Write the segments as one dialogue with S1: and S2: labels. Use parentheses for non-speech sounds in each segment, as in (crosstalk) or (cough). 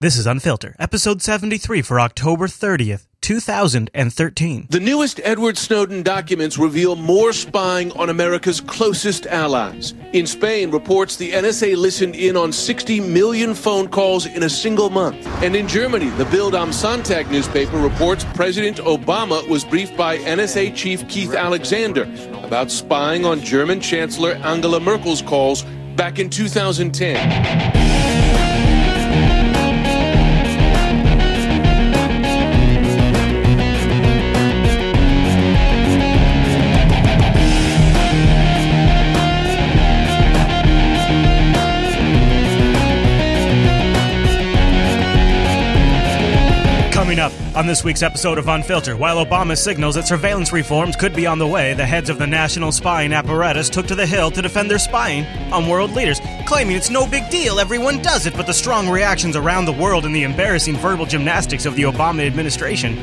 S1: This is Unfilter, episode 73 for October 30th, 2013.
S2: The newest Edward Snowden documents reveal more spying on America's closest allies. In Spain, reports the NSA listened in on 60 million phone calls in a single month. And in Germany, the Bild am Sonntag newspaper reports President Obama was briefed by NSA Chief Keith Alexander about spying on German Chancellor Angela Merkel's calls back in 2010.
S1: Coming up on this week's episode of Unfilter, while Obama signals that surveillance reforms could be on the way, the heads of the national spying apparatus took to the hill to defend their spying on world leaders, claiming it's no big deal, everyone does it, but the strong reactions around the world and the embarrassing verbal gymnastics of the Obama administration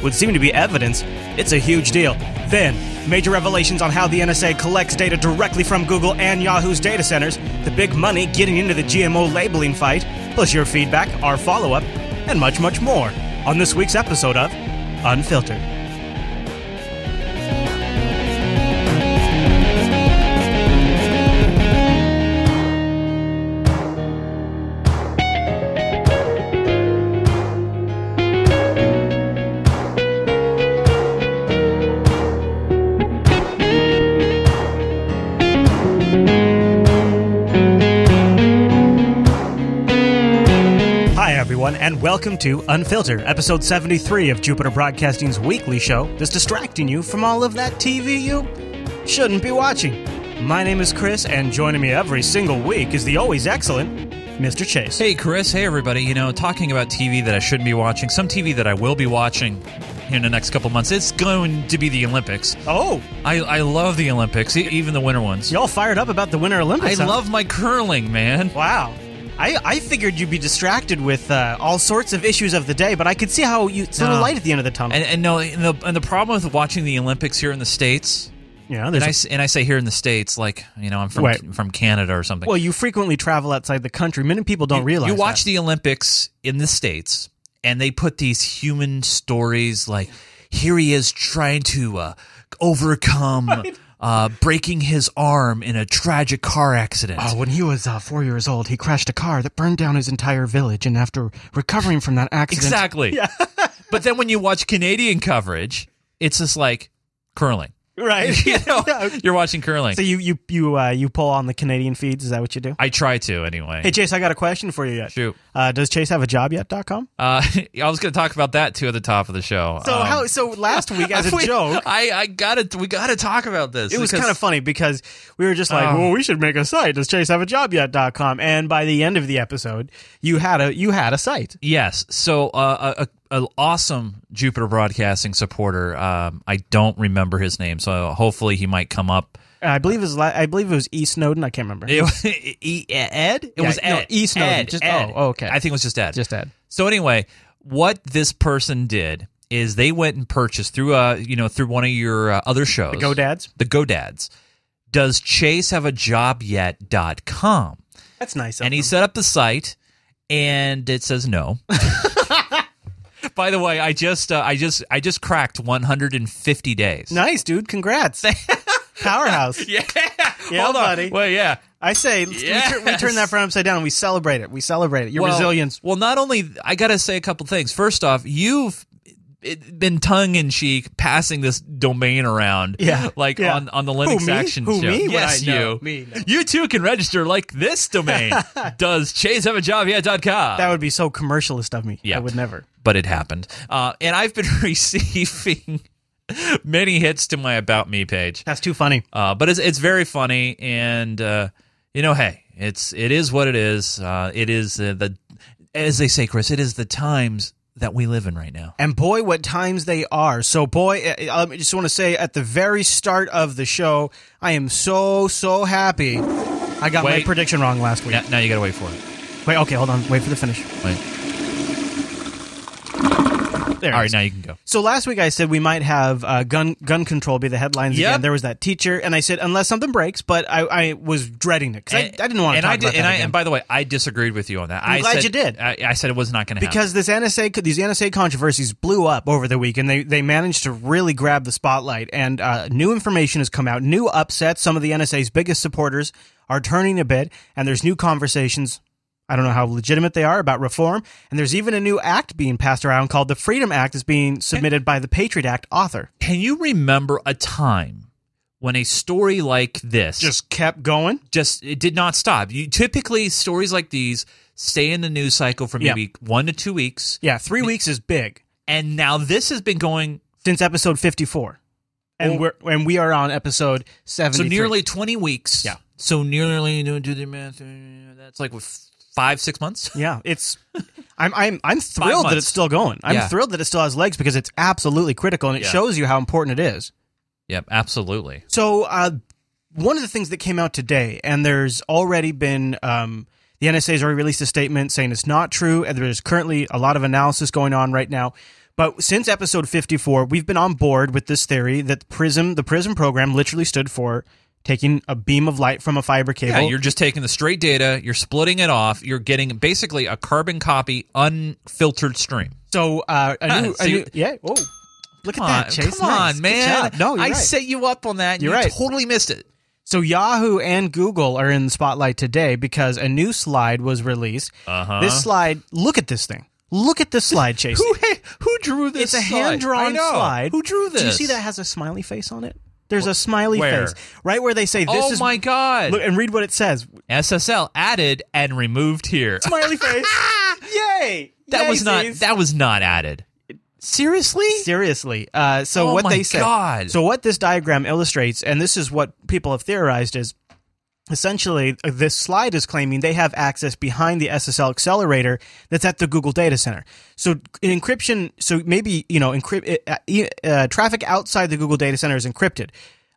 S1: would seem to be evidence it's a huge deal. Then, major revelations on how the NSA collects data directly from Google and Yahoo's data centers, the big money getting into the GMO labeling fight, plus your feedback, our follow up, and much, much more on this week's episode of Unfiltered. Hi, everyone, and welcome to Unfiltered, episode 73 of Jupiter Broadcasting's weekly show that's distracting you from all of that TV you shouldn't be watching. My name is Chris, and joining me every single week is the always excellent Mr. Chase.
S3: Hey, Chris. Hey, everybody. You know, talking about TV that I shouldn't be watching, some TV that I will be watching in the next couple months, it's going to be the Olympics.
S1: Oh,
S3: I, I love the Olympics, e- even the winter ones.
S1: y'all fired up about the Winter
S3: I
S1: Olympics. huh?
S3: love my curling, man.
S1: Wow. I, I figured you'd be distracted with uh, all sorts of issues of the day, but I could see how you. It's a little
S3: No.
S1: light at the end of the tunnel.
S3: And, and no, and the, and the problem with watching the Olympics here in the States,
S1: yeah,
S3: and I,
S1: there's.
S3: s- and I say here in the States, like, you know, I'm from,
S1: Right.
S3: from Canada or something.
S1: well, you frequently travel outside the country. Many people don't realize.
S3: You watch
S1: that.
S3: the Olympics in the States, and they put these human stories like here he is trying to uh,
S1: (laughs)
S3: overcome uh, breaking his arm in a tragic car accident.
S1: Oh, when he was uh, four years old, he crashed a car that burned down his entire village, and after recovering from that accident,
S3: (laughs) exactly. but then when you watch Canadian coverage, it's just like curling.
S1: right?
S3: (laughs)
S1: (laughs)
S3: You know,
S1: Yeah.
S3: you're watching curling.
S1: So you you you uh, you pull on the Canadian feeds? Is that what you do?
S3: I try to anyway.
S1: Hey Chase, I got a question for you yet.
S3: Shoot.
S1: Uh, does Chase have a job yet? Dot com.
S3: Uh, (laughs) I was going to talk about that too at the top of the show.
S1: So
S3: Um,
S1: how? So last week, as a
S3: (laughs) we-
S1: joke,
S3: I, I gotta we gotta talk about this.
S1: it was
S3: because-
S1: kind of funny because we were just like,
S3: Oh.
S1: well, we should make a site. Does Chase have a job yet? Dot com. And by the end of the episode, you had a you had a site.
S3: Yes. So, uh, a, a, a awesome Jupiter Broadcasting supporter. Um, I don't remember his name, so hopefully he might come up.
S1: I believe it was la- I believe it was E Snowden. I can't remember. (laughs)
S3: It, was- E- Ed. It
S1: Yeah,
S3: was
S1: no,
S3: Ed.
S1: E. Snowden.
S3: Ed,
S1: Just-
S3: Ed.
S1: oh, okay.
S3: I think it was just Ed.
S1: Just Ed.
S3: So anyway, what this person did is they went and purchased through uh you know through one of your uh, other shows,
S1: Go Dads.
S3: the GoDads. Does Chase have a job yet? Dot com.
S1: That's nice. of
S3: and he
S1: him.
S3: set up the site and it says
S1: (laughs)
S3: no by the way i just uh, i just i just cracked 150 days
S1: Nice, dude. Congrats. Powerhouse.
S3: (laughs) yeah,
S1: Yeah,
S3: hold on
S1: buddy.
S3: well yeah
S1: I say let's- we, tur- we
S3: (laughs)
S1: turn that
S3: Yes.
S1: front upside down and we celebrate it. We celebrate it. Your
S3: Well-
S1: resilience.
S3: well not only i gotta say a couple things first off you've it- been tongue-in-cheek passing this domain around
S1: Yeah,
S3: like
S1: yeah.
S3: on on the linux
S1: Who, me?
S3: action
S1: Who,
S3: show
S1: me? Well,
S3: yes
S1: I know.
S3: you
S1: Me, no.
S3: you too can register like this
S1: (laughs)
S3: domain does chase have a job yet dot com
S1: That would be so commercialist of me.
S3: uh, Yeah.
S1: I would never.
S3: but it happened. Uh, and I've been (laughs) receiving many hits to my About Me page.
S1: That's too funny.
S3: Uh, but it's, it's very funny, and uh, you know, hey, it's it is what it is. Uh, it is uh, the as they say, Chris. It is the times that we live in right now.
S1: And boy, what times they are. So, boy, I I- I just want to say at the very start of the show, I am so, so happy. I got my
S3: Wait.
S1: prediction wrong last week.
S3: Now, now you gotta wait for it.
S1: Wait, okay, hold on. Wait for the finish.
S3: Wait.
S1: There it
S3: All right,
S1: is.
S3: now you can go.
S1: So last week I said we might have uh, gun gun control be the headlines
S3: Yep.
S1: again. There was that teacher, and I said unless something breaks, but I, I was dreading it because I, I didn't want to
S3: and
S1: talk
S3: I
S1: about
S3: did,
S1: that
S3: and I,
S1: again.
S3: and by the way, I disagreed with you on that. I'm
S1: glad
S3: said,
S1: you did.
S3: I, I said it was not going to happen
S1: because this NSA co- these NSA controversies blew up over the week, and they they managed to really grab the spotlight. And uh, new information has come out, new upsets. Some of the NSA's biggest supporters are turning a bit, and there's new conversations. I don't know how legitimate they are about reform, and there's even a new act being passed around called the Freedom Act, that's being submitted by the Patriot Act author.
S3: Can you remember a time when a story like this
S1: Just kept going.
S3: just it did not stop? You typically stories like these stay in the news cycle for
S1: Yeah.
S3: maybe one to two weeks,
S1: Yeah, three weeks is big
S3: and now this has been going
S1: since episode fifty-four, and we're and we are on episode
S3: so
S1: seventy.
S3: nearly twenty weeks.
S1: Yeah.
S3: So nearly do do the math. uh, That's like with five six months.
S1: Yeah,
S3: (laughs)
S1: it's. I'm I'm I'm thrilled that
S3: months.
S1: it's still going. I'm
S3: Yeah.
S1: thrilled that it still has legs because it's absolutely critical and it
S3: Yeah.
S1: shows you how important it is.
S3: Yep, absolutely.
S1: So uh, one of the things that came out today, and there's already been um, the NSA has already released a statement saying it's not true, and there's currently a lot of analysis going on right now. But since episode 54, we've been on board with this theory that Prism, the Prism program, literally stood for taking a beam of light from a fiber cable.
S3: Yeah, you're just taking the straight data, you're splitting it off, you're getting basically a carbon copy, unfiltered stream.
S1: so uh, a
S3: Ah,
S1: new,
S3: so
S1: a new-
S3: you-
S1: yeah. Whoa. Look
S3: Come
S1: at
S3: on,
S1: that, Chase.
S3: come
S1: Nice.
S3: on,
S1: Good
S3: man!
S1: job. No, you're
S3: I
S1: right.
S3: set you up on that. and
S1: You're
S3: you
S1: right.
S3: totally missed it.
S1: So Yahoo and Google are in the spotlight today because a new slide was released.
S3: Uh-huh.
S1: This slide, look at this thing. Look at this slide, Chase.
S3: (laughs) Who who drew this?
S1: it's a hand drawn slide.
S3: Who drew this?
S1: Do you see that has a smiley face on it? There's a smiley
S3: Where?
S1: face right where they say this
S3: oh
S1: is
S3: my god!
S1: Look and read what it says.
S3: SSL added and removed
S1: (laughs)
S3: here. (laughs)
S1: Smiley face. Yay!
S3: That was not.
S1: Yaysies.
S3: That was not added. Seriously?
S1: Seriously. Uh, so
S3: Oh
S1: what
S3: my
S1: they said.
S3: God.
S1: So what this diagram illustrates, and this is what people have theorized, is essentially uh, this slide is claiming they have access behind the SSL accelerator that's at the Google data center. So in encryption, so maybe you know, encrypt uh, e- uh, traffic outside the Google data center is encrypted.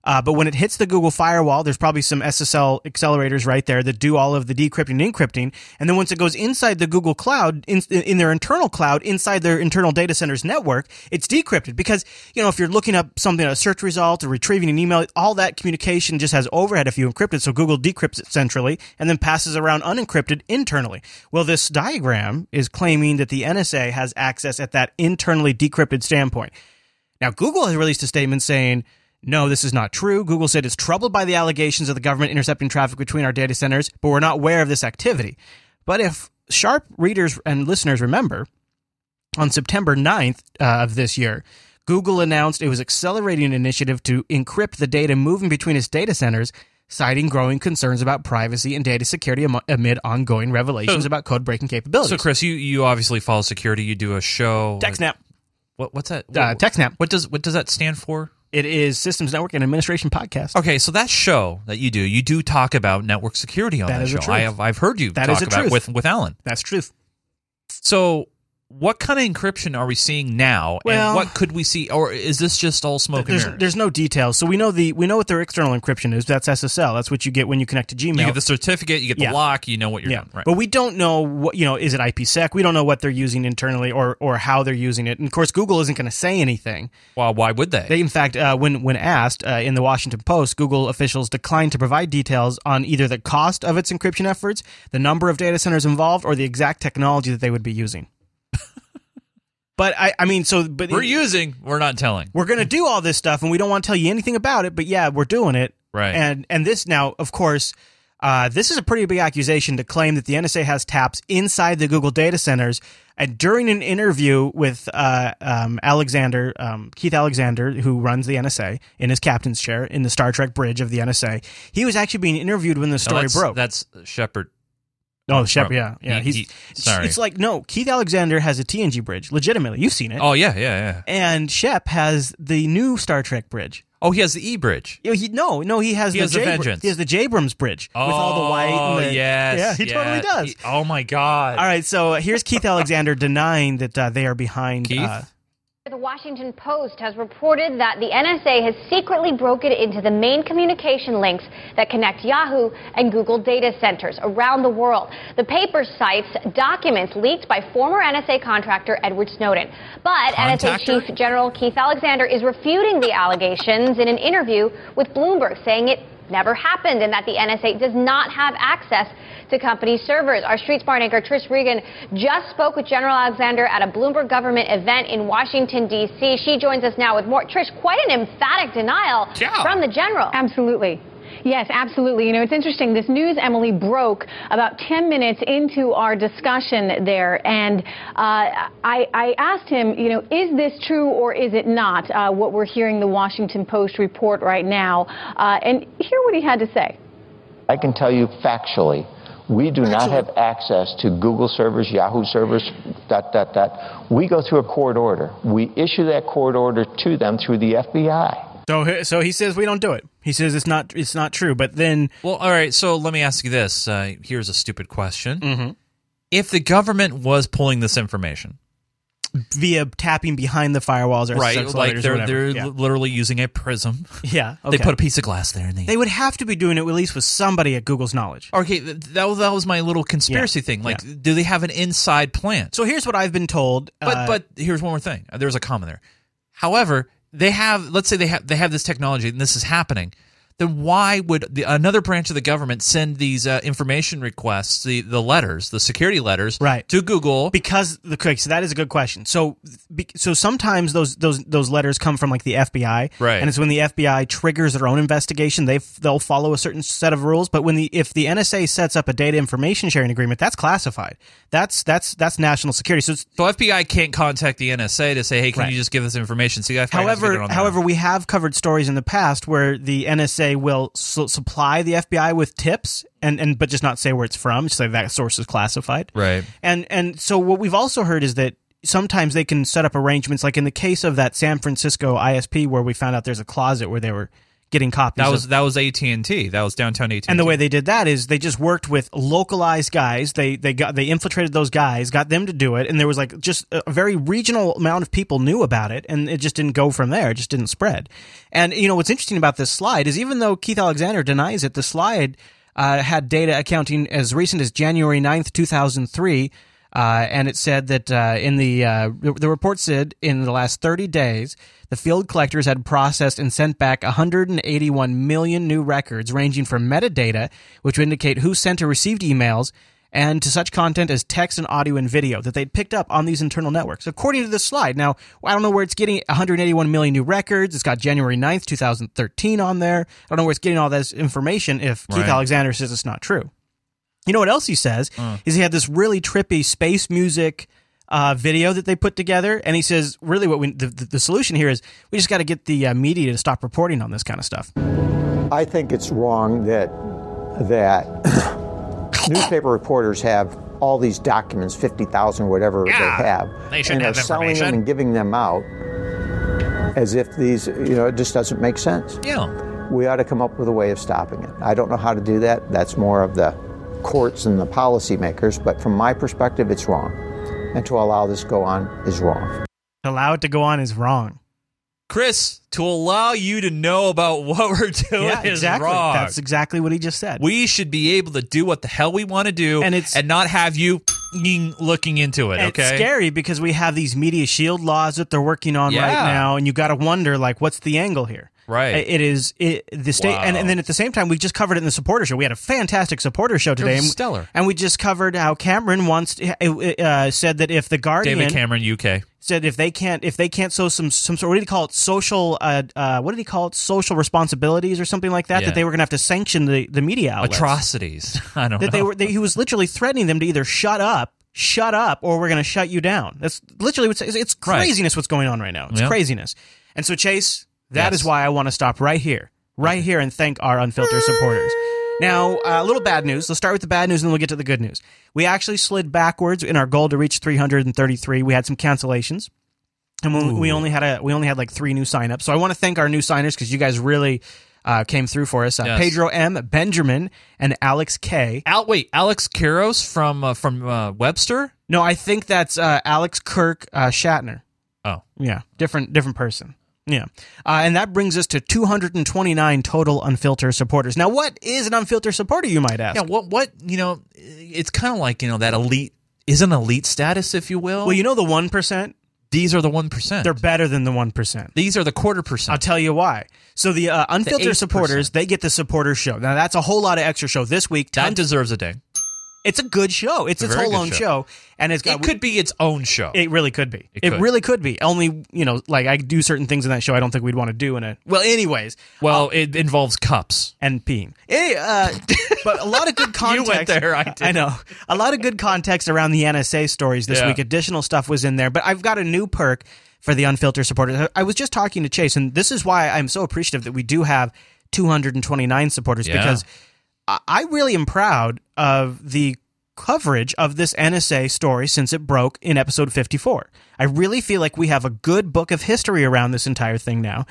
S1: Uh, but when it hits the Google firewall, there's probably some SSL accelerators right there that do all of the decrypting and encrypting. And then once it goes inside the Google cloud, in, in their internal cloud, inside their internal data center's network, it's decrypted because, you know, if you're looking up something, a search result or retrieving an email, all that communication just has overhead if you encrypt it. So Google decrypts it centrally and then passes around unencrypted internally. Well, this diagram is claiming that the NSA has access at that internally decrypted standpoint. Now, Google has released a statement saying, no, this is not true. Google said it's troubled by the allegations of the government intercepting traffic between our data centers, but we're not aware of this activity. But if sharp readers and listeners remember, on September 9th uh, of this year, Google announced it was accelerating an initiative to encrypt the data moving between its data centers, citing growing concerns about privacy and data security amo- amid ongoing revelations about code breaking capabilities.
S3: So Chris, you you obviously follow security. You do a show.
S1: TechSnap.
S3: What what's that?
S1: Uh, TechSnap.
S3: What does what does that stand for?
S1: It is Systems Network and Administration Podcast.
S3: Okay, so that show that you do, you do talk about network security on
S1: That
S3: that,
S1: is
S3: show.
S1: a
S3: I
S1: truth.
S3: have I've heard you
S1: That
S3: talk
S1: is a
S3: about it
S1: truth.
S3: with with Alan.
S1: That's truth.
S3: So what kind of encryption are we seeing now,
S1: Well-
S3: and what could we see, or is this just all smoke and
S1: There's,
S3: mirrors?
S1: there's no details, so we know the we know what their external encryption is. That's SSL. That's what you get when you connect to Gmail.
S3: you get the certificate, you get the
S1: Yeah.
S3: lock, you know what you're
S1: yeah,
S3: doing, right?
S1: but we don't know what you know. Is it IPsec? We don't know what they're using internally or or how they're using it. And of course, Google isn't going to say anything.
S3: well, why would they?
S1: They, in fact, uh, when when asked uh, in the Washington Post, Google officials declined to provide details on either the cost of its encryption efforts, the number of data centers involved, or the exact technology that they would be using. but I, I mean, so but
S3: we're using, we're not telling,
S1: we're going to do all this stuff and we don't want to tell you anything about it but yeah we're doing it
S3: Right.
S1: and and this now of course uh, this is a pretty big accusation to claim that the NSA has taps inside the Google data centers. And during an interview with uh, um, Alexander um, Keith Alexander, who runs the NSA in his captain's chair in the Star Trek bridge of the NSA, he was actually being interviewed when the
S3: No,
S1: story
S3: that's,
S1: broke.
S3: That's Shepard.
S1: oh, Shep,
S3: Bro-
S1: yeah, yeah.
S3: he-
S1: he's,
S3: he- sorry.
S1: It's like no, Keith Alexander has a TNG bridge. Legitimately, you've seen it.
S3: Oh yeah, yeah, yeah.
S1: And Shep has the new Star Trek bridge.
S3: Oh, he has the E bridge.
S1: Yeah, he no, no, he has
S3: He
S1: the
S3: has the
S1: Jabr-
S3: vengeance.
S1: He has the Jabrams bridge
S3: Oh,
S1: with all the white. And the,
S3: yes,
S1: yeah, he
S3: yeah.
S1: totally does.
S3: He- oh my god.
S1: all right, so here's Keith Alexander denying that uh, they are behind
S3: Keith?
S1: Uh,
S4: The Washington Post has reported that the NSA has secretly broken into the main communication links that connect Yahoo and Google data centers around the world. The paper cites documents leaked by former NSA contractor Edward Snowden. But
S3: Contractor?
S4: NSA Chief General Keith Alexander is refuting the allegations in an interview with Bloomberg, saying it never happened and that the NSA does not have access to company servers. Our street smart anchor Trish Regan just spoke with General Alexander at a Bloomberg government event in Washington D.C. She joins us now with more. Trish, quite an emphatic denial
S3: Yeah.
S4: from the general.
S5: Absolutely. Yes, absolutely. You know, it's interesting. This news, Emily, broke about 10 minutes into our discussion there. And uh, I, I asked him, you know, is this true or is it not, uh, what we're hearing the Washington Post report right now? Uh, and hear what he had to say.
S6: I can tell you factually, we do not have access to Google servers, Yahoo servers, dot, dot, dot. We go through a court order. We issue that court order to them through the FBI.
S1: So he- so he says we don't do it. He says it's not it's not true. But then
S3: Well, all right. So let me ask you this. Uh, here's a stupid question.
S1: Mm-hmm.
S3: If the government was pulling this information,
S1: via tapping behind the firewalls or
S3: right?
S1: accelerators
S3: Like
S1: or
S3: they're
S1: whatever.
S3: they're
S1: yeah.
S3: literally using a prism.
S1: (laughs) Yeah,
S3: They
S1: okay.
S3: put a piece of glass there and they.
S1: They would have to be doing it at least with somebody at Google's knowledge.
S3: okay, th- that was, Oh, that was my little conspiracy thing. Like,
S1: Yeah.
S3: do they have an inside plan?
S1: So here's what I've been told.
S3: but
S1: uh,
S3: but here's one more thing. Uh, There's a comma there. However, they have let's say they have they have this technology and this is happening. Then why would the, another branch of the government send these uh, information requests, the, the letters, the security letters,
S1: Right.
S3: to Google?
S1: because the okay, so that is a good question. So be, so sometimes those those those letters come from like the FBI,
S3: Right.
S1: And it's when the FBI triggers their own investigation, they f- they'll follow a certain set of rules. But when the if the NSA sets up a data information sharing agreement, that's classified. That's that's that's national security. So it's,
S3: so FBI can't contact the NSA to say, hey, can
S1: Right.
S3: you just give us information? So the FBI has to figure it
S1: However,
S3: on their
S1: however,
S3: own.
S1: we have covered stories in the past where the NSA will su- supply the FBI with tips and, and but just not say where it's from, just say that source is classified.
S3: Right.
S1: And and so what we've also heard is that sometimes they can set up arrangements, like in the case of that San Francisco ISP where we found out there's a closet where they were getting copies.
S3: that
S1: of-
S3: was that was AT and T. That was downtown AT.
S1: and the way they did that is they just worked with localized guys. They they got they infiltrated those guys, got them to do it, and there was like just a very regional amount of people knew about it, and it just didn't go from there. It just didn't spread. And you know what's interesting about this slide is even though Keith Alexander denies it, the slide uh, had data accounting as recent as January 9th, two thousand three. Uh, and it said that uh, in the uh, the report said in the last 30 days, the field collectors had processed and sent back 181 million new records, ranging from metadata, which would indicate who sent or received emails, and to such content as text and audio and video that they'd picked up on these internal networks, according to this slide. Now, I don't know where it's getting 181 million new records. It's got January 9th, 2013 on there. I don't know where it's getting all this information if Keith
S3: Right.
S1: Alexander says it's not true. You know what else he says
S3: Mm.
S1: is he had this really trippy space music uh, video that they put together, and he says really what we the, the, the solution here is we just got to get the uh, media to stop reporting on this kind of stuff.
S7: I think it's wrong that that (coughs) newspaper reporters have all these documents, fifty thousand, whatever
S3: Yeah,
S7: they have,
S3: they should
S7: and
S3: have
S7: are selling
S3: information.
S7: them and giving them out as if these, you know, it just doesn't make sense.
S3: yeah,
S7: We ought to come up with a way of stopping it. I don't know how to do that. That's more of the courts and the policymakers, but from my perspective, it's wrong, and to allow this go on is wrong.
S1: To allow it to go on is wrong.
S3: Chris, to allow you to know about what we're (laughs) doing
S1: yeah,
S3: is
S1: exactly.
S3: wrong.
S1: That's exactly what he just said.
S3: we should be able to do what the hell we want to do
S1: And it's-
S3: and not have you looking into it
S1: And
S3: okay
S1: It's scary because we have these media shield laws that they're working on
S3: Yeah.
S1: right now, and you got to wonder like, what's the angle here?
S3: Right.
S1: It is it, the state, and,
S3: Wow.
S1: and then at the same time, we just covered it in the supporter show. We had a fantastic supporter show today, and,
S3: stellar.
S1: And we just covered how Cameron once uh, said that if the Guardian
S3: david cameron uk
S1: said if they can't if they can't sow some some sort what did he call it social uh, uh, what did he call it social responsibilities or something like that
S3: Yeah.
S1: that they were going to have to sanction the the media outlets
S3: atrocities (laughs) i don't know
S1: that they were they, he was literally threatening them to either shut up shut up or we're going to shut you down that's literally what's it's, it's
S3: Right.
S1: craziness what's going on right now it's
S3: Yeah.
S1: craziness and so chase that is
S3: Yes.
S1: why i want to stop right here right here and thank our unfiltered supporters now uh, a little bad news let's start with the bad news and then we'll get to the good news we actually slid backwards in our goal to reach 333 we had some cancellations and we, we only had a we only had like three new signups. So I want to thank our new signers because you guys really uh, came through for us. Uh,
S3: Yes.
S1: Pedro M, Benjamin, and Alex K.
S3: Al, wait alex Kiros from uh, from uh, webster
S1: No, I think that's uh, Alex Kirk uh, Shatner.
S3: Oh.
S1: Yeah, different different person. Yeah, uh, and that brings us to 229 total Unfiltered supporters. Now, what is an Unfiltered supporter? You might ask.
S3: Yeah, what what you know? It's kind of like you know that elite is an elite status, if you will.
S1: Well, you know the one percent.
S3: these are the one percent.
S1: They're better than the one percent.
S3: These are the quarter
S1: I'll
S3: percent.
S1: tell you why. So the uh, unfiltered
S3: 8%.
S1: supporters, they get the supporter show. Now that's a whole lot of extra show this week.
S3: that
S1: tons-
S3: deserves a day.
S1: it's a good show. It's
S3: a
S1: its
S3: very
S1: whole
S3: good
S1: own show.
S3: show.
S1: and it's got
S3: It could be its own show.
S1: It really could be. It,
S3: It could.
S1: really could be. Only you know, like I do certain things in that show I don't think we'd want to do in a well. Anyways, uh,
S3: well, it involves cups.
S1: and peeing. Eh, uh, (laughs) but a lot of
S3: (laughs)
S1: good
S3: You
S1: context.
S3: went
S1: (laughs)
S3: there, I didn't.
S1: know. A lot of good context around the NSA stories this
S3: Yeah.
S1: week. Additional stuff was in there, but I've got a new perk for the unfiltered supporters. I was just talking to Chase, and this is why I'm so appreciative that we do have 229 supporters
S3: Yeah.
S1: because I- I really am proud of the coverage of this NSA story since it broke in episode 54. I really feel like we have a good book of history around this entire thing now.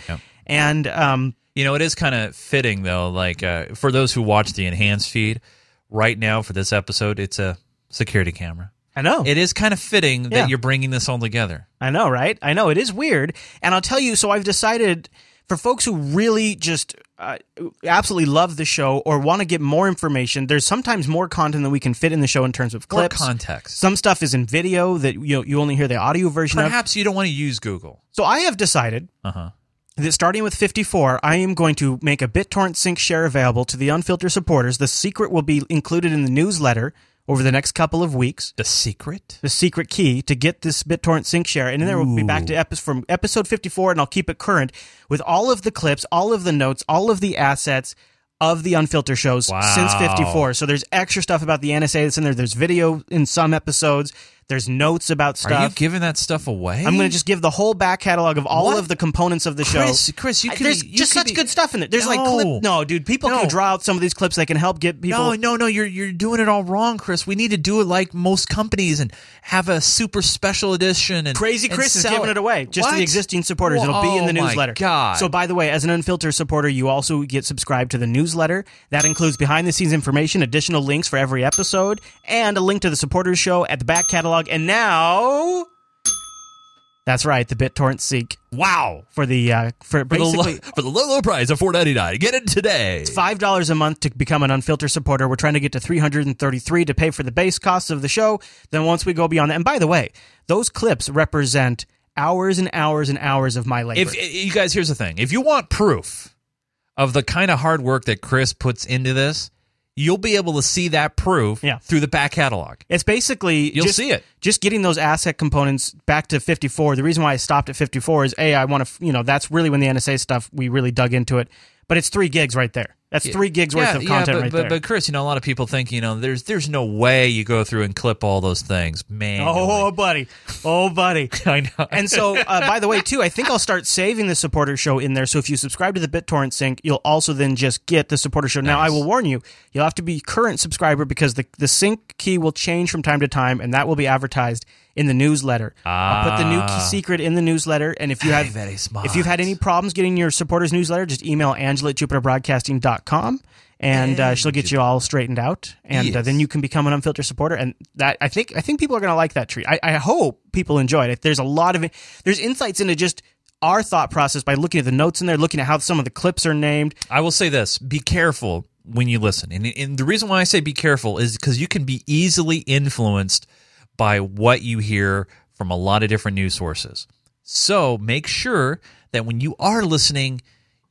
S1: And um,
S3: You know, it is kind of fitting though. Like uh, for those who watch the enhanced feed right now for this episode, it's a security camera.
S1: I know.
S3: It is kind of fitting
S1: Yeah.
S3: that you're bringing this all together.
S1: I know, right? I know it is weird, and I'll tell you. So I've decided for folks who really just uh, absolutely love the show or want to get more information, there's sometimes more content than we can fit in the show in terms of
S3: More
S1: clips.
S3: context.
S1: Some stuff is in video that you know, you only hear the audio version of.
S3: Perhaps you don't want to use Google.
S1: So I have decided
S3: Uh-huh.
S1: that starting with 54, I am going to make a BitTorrent sync share available to the unfiltered supporters. The secret will be included in the newsletter over the next couple of weeks
S3: The secret.
S1: the secret key to get this BitTorrent sync share, and then there we'll be back to episode from episode fifty four, and I'll keep it current with all of the clips, all of the notes, all of the assets of the unfiltered shows since
S3: Wow.
S1: fifty four. So there's extra stuff about the NSA that's in there. There's video in some episodes. There's notes about stuff.
S3: Are you giving that stuff away?
S1: I'm going to just give the whole back catalog of all
S3: What?
S1: of the components of the show.
S3: Chris, Chris, you
S1: I-
S3: could
S1: there's
S3: be- you
S1: just
S3: could
S1: such
S3: be-
S1: good stuff in it. There's like
S3: No.
S1: clip. No, dude, people can
S3: No.
S1: draw out some of these clips that can help get people.
S3: No, no, no. You're you're doing it all wrong, Chris. We need to do it like most companies and have a super special edition. And
S1: Crazy
S3: and
S1: Chris is
S3: sell
S1: giving it away just to
S3: What?
S1: the existing supporters.
S3: Whoa,
S1: It'll be in the
S3: oh my
S1: newsletter.
S3: God.
S1: So, by the way, as an unfiltered supporter, you also get subscribed to the newsletter. That includes behind the scenes information, additional links for every episode, and a link to the supporters show at the back catalog. And now, that's right, the BitTorrent Seek
S3: wow.
S1: for the uh,
S3: For
S1: for
S3: the,
S1: basically.
S3: low, for the low, low price of four ninety nine, get it today.
S1: Five dollars a month to become an unfiltered supporter. We're trying to get to three hundred and thirty-three to pay for the base costs of the show. Then once we go beyond that, and by the way, those clips represent hours and hours and hours of my labor.
S3: If you guys, here's the thing: if you want proof of the kind of hard work that Chris puts into this, you'll be able to see that proof
S1: Yeah.
S3: through the back catalog.
S1: It's basically
S3: You'll
S1: just,
S3: see it.
S1: Just getting those asset components back to 54. The reason why I stopped at 54 is a I want to you know that's really when the NSA stuff we really dug into it. But it's three gigs right there. That's three gigs worth of content
S3: but,
S1: right
S3: but,
S1: there.
S3: But Chris, you know, a lot of people think you know, there's there's no way you go through and clip all those things, man.
S1: oh, buddy, oh, buddy.
S3: (laughs) I know.
S1: And so, uh, by the way, too, I think I'll start saving the supporter show in there. So if you subscribe to the BitTorrent sync, you'll also then just get the supporter show. Now, I will warn you, you'll have to be current subscriber because the, the sync key will change from time to time, and that will be advertised in the newsletter. I'll put the new key
S3: Ah.
S1: secret in the newsletter, and if you have
S3: very smart.
S1: if you've had any problems getting your supporters newsletter, just email Angela at jupiterbroadcasting.com. And uh, she'll get you all straightened out, and uh,
S3: Yes.
S1: then you can become an unfiltered supporter. And that I think I think people are going to like that treat. I, I hope people enjoy it. There's a lot of there's insights into just our thought process by looking at the notes in there, looking at how some of the clips are named.
S3: I will say this: be careful when you listen, and, and the reason why I say be careful is because you can be easily influenced by what you hear from a lot of different news sources. So make sure that when you are listening,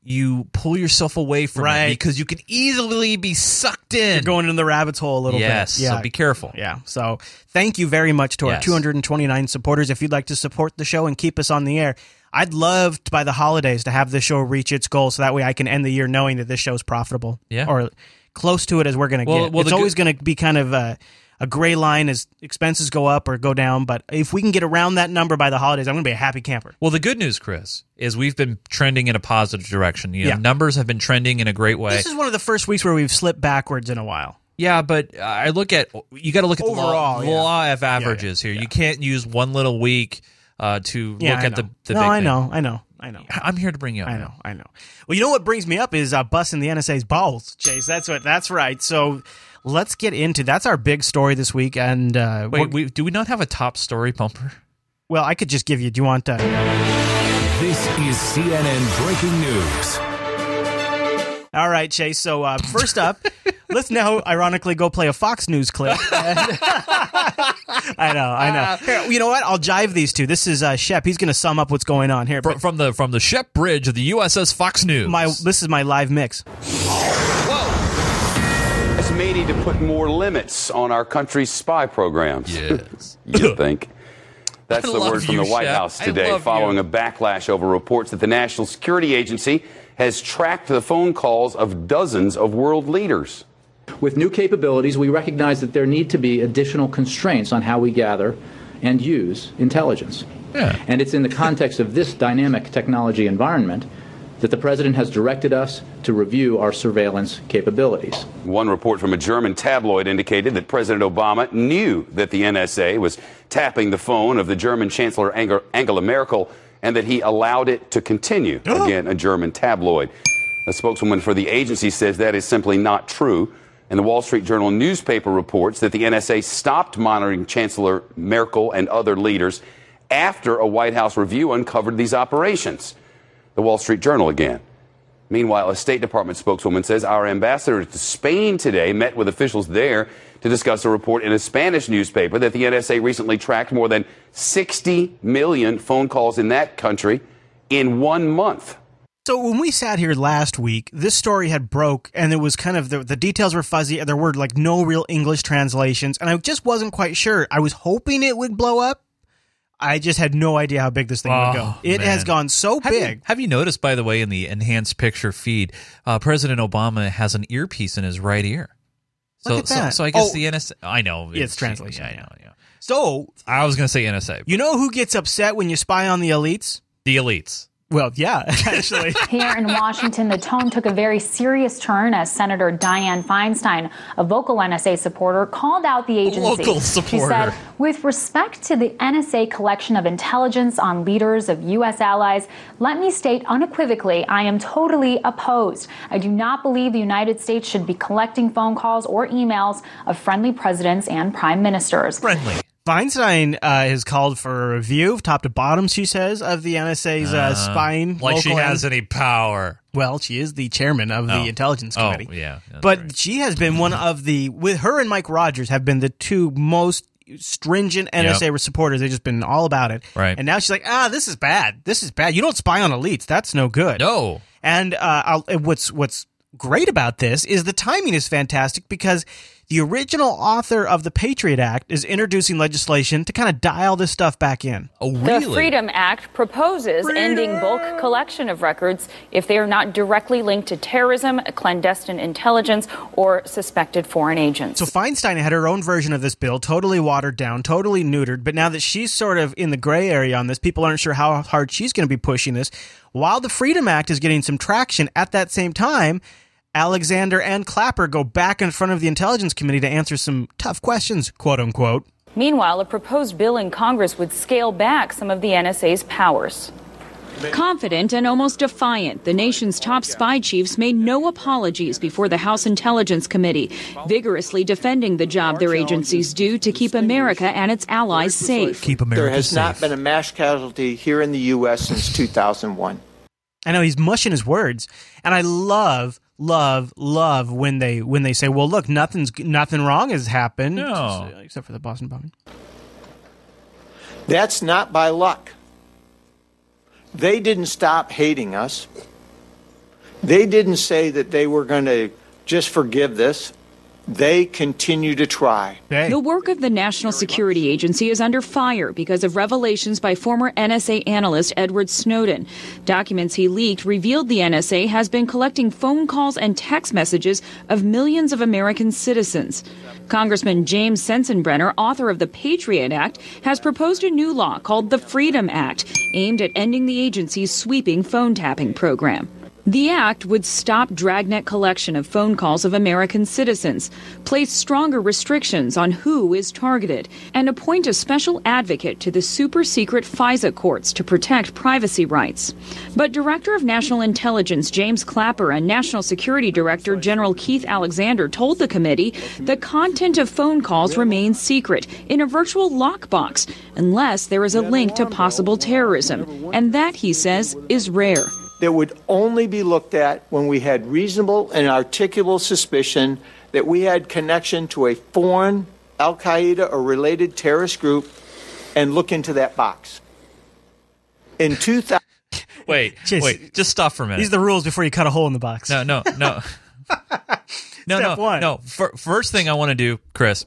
S3: you pull yourself away from
S1: Right.
S3: it because you can easily be sucked in.
S1: You're going into the rabbit's hole a little
S3: yes,
S1: bit. Yeah,
S3: so be careful.
S1: Yeah. So thank you very much to our
S3: Yes.
S1: 229 supporters. If you'd like to support the show and keep us on the air, I'd love to, by the holidays to have the show reach its goal so that way I can end the year knowing that this show's profitable.
S3: Yeah.
S1: Or close to it as we're going to
S3: Well-
S1: get.
S3: well,
S1: it's
S3: the
S1: always
S3: good-
S1: going to be kind of a, a gray line as expenses go up or go down. But if we can get around that number by the holidays, I'm going to be a happy camper.
S3: Well, the good news, Chris, is we've been trending in a positive direction. You know,
S1: Yeah.
S3: numbers have been trending in a great way.
S1: This is one of the first weeks where we've slipped backwards in a while.
S3: Yeah, but uh, I look at you got to look at
S1: Overall,
S3: the law,
S1: yeah.
S3: law of averages here. You can't use one little week uh, to
S1: Yeah,
S3: look
S1: I
S3: at the,
S1: know.
S3: the
S1: no,
S3: big
S1: I
S3: thing.
S1: know, I know, I know.
S3: I'm here to bring you up.
S1: I know, I know. Well, you know what brings me up is uh, busting the NSA's balls, Chase. That's what. That's right. So let's get into that's our big story this week, and uh,
S3: Wait,
S1: we're-
S3: we, do we not have a top story bumper?
S1: Well, I could just give you. Do you want? Uh...
S8: This is CNN breaking news.
S1: All right, Chase. So uh,
S3: (laughs)
S1: first up, let's now ironically go play a Fox News clip. (laughs) And- I know, I
S3: Uh,
S1: know. Here, you know what? I'll jive these two. This is uh, Shep. He's going to sum up what's going on here.
S3: Fr- from the from the Shep Bridge of the USS Fox News.
S1: my this is my live mix.
S9: It's may need to put more limits on our country's spy programs.
S3: yes.
S9: (laughs) You think? That's
S3: I
S9: the
S3: love
S9: word from
S3: you,
S9: the White
S3: Shep.
S9: House
S3: I
S9: today
S3: love
S9: following
S3: you.
S9: a backlash over reports that the National Security Agency has tracked the phone calls of dozens of world leaders.
S10: With new capabilities, we recognize that there need to be additional constraints on how we gather and use intelligence.
S3: Yeah.
S10: And it's in the context of this dynamic technology environment that the President has directed us to review our surveillance capabilities.
S9: One report from a German tabloid indicated that President Obama knew that the NSA was tapping the phone of the German Chancellor Anger- Angela Merkel and that he allowed it to continue. Again, a German tabloid. A spokeswoman for the agency says that is simply not true. And the Wall Street Journal newspaper reports that the NSA stopped monitoring Chancellor Merkel and other leaders after a White House review uncovered these operations. The Wall Street Journal again. Meanwhile, a State Department spokeswoman says our ambassador to Spain today met with officials there to discuss a report in a Spanish newspaper that the NSA recently tracked more than 60 million phone calls in that country in one month.
S1: So when we sat here last week, this story had broke, and it was kind of the, the details were fuzzy, and there were like no real English translations, and I just wasn't quite sure. I was hoping it would blow up. I just had no idea how big this thing would go.
S3: Oh,
S1: It
S3: man.
S1: has gone so
S3: Have
S1: big.
S3: you, have you noticed, by the way, in the enhanced picture feed, uh, President Obama has an earpiece in his right ear. So,
S1: Look at that.
S3: so, so I guess
S1: Oh.
S3: the NSA. I know
S1: Yeah, it's translation,
S3: Yeah, I
S1: yeah.
S3: know. Yeah.
S1: so
S3: I was going to say NSA.
S1: you know who gets upset when you spy on the elites?
S3: the elites.
S1: Well, yeah, (laughs) actually.
S11: (laughs) Here in Washington, the tone took a very serious turn as Senator Dianne Feinstein, a vocal NSA supporter, called out the agency.
S3: Local
S11: She
S3: supporter.
S11: said, with respect to the NSA collection of intelligence on leaders of U.S. allies, let me state unequivocally I am totally opposed. I do not believe the United States should be collecting phone calls or emails of friendly presidents and prime ministers.
S3: Friendly.
S1: Feinstein uh, has called for a review, top to bottom, she says, of the NSA's uh, spying.
S3: Like she
S1: local
S3: has
S1: and-
S3: any power.
S1: Well, she is the chairman of
S3: Oh.
S1: the Intelligence
S3: Oh,
S1: Committee.
S3: yeah, that's
S1: But
S3: right.
S1: she has been one of the, with her and Mike Rogers, have been the two most stringent NSA supporters. They've just been all about it.
S3: Right.
S1: And now she's like, ah, this is bad. This is bad. You don't spy on elites. That's no good.
S3: No.
S1: And uh, I'll, and what's what's great about this is the timing is fantastic because the original author of the Patriot Act is introducing legislation to kind of dial this stuff back in.
S3: Oh, really?
S11: Act proposes ending bulk collection of records if they are not directly linked to terrorism, clandestine intelligence, or suspected foreign agents.
S1: So Feinstein had her own version of this bill, totally watered down, totally neutered. But now that she's sort of in the gray area on this, people aren't sure how hard she's going to be pushing this. While the Freedom Act is getting some traction at that same time, Alexander and Clapper go back in front of the Intelligence Committee to answer some tough questions, quote unquote.
S11: Meanwhile, a proposed bill in Congress would scale back some of the NSA's powers.
S12: Confident and almost defiant, the nation's top spy chiefs made no apologies before the House Intelligence Committee, vigorously defending the job their agencies do to keep America and its allies safe.
S3: Keep America
S7: There has
S3: safe.
S7: not been a mass casualty here in the U.S. since 2001.
S1: I know he's mushing his words, and I love, love, love when they when they say, "Well, look, nothing's nothing wrong has happened,
S3: No.
S1: except for the Boston bombing."
S7: That's not by luck. They didn't stop hating us. They didn't say that they were going to just forgive this. They continue to try.
S1: Hey.
S12: The work of the National Security Agency is under fire because of revelations by former NSA analyst Edward Snowden. Documents he leaked revealed the NSA has been collecting phone calls and text messages of millions of American citizens. Congressman James Sensenbrenner, author of the Patriot Act, has proposed a new law called the Freedom Act, aimed at ending the agency's sweeping phone tapping program. The act would stop dragnet collection of phone calls of American citizens, place stronger restrictions on who is targeted, and appoint a special advocate to the super secret FISA courts to protect privacy rights. But Director of National Intelligence James Clapper and National Security Director General Keith Alexander told the committee the content of phone calls remains secret in a virtual lockbox unless there is a link to possible terrorism, and that, he says, is rare
S7: that would only be looked at when we had reasonable and articulable suspicion that we had connection to a foreign Al Qaeda or related terrorist group and look into that box. In 2000,
S3: (laughs) Wait,
S1: Jeez.
S3: wait, just stop for a minute.
S1: These are the rules before you cut a hole in the box.
S3: No, no, no. no,
S1: Step
S3: no,
S1: one.
S3: no. Fir- first thing I want to do, Chris.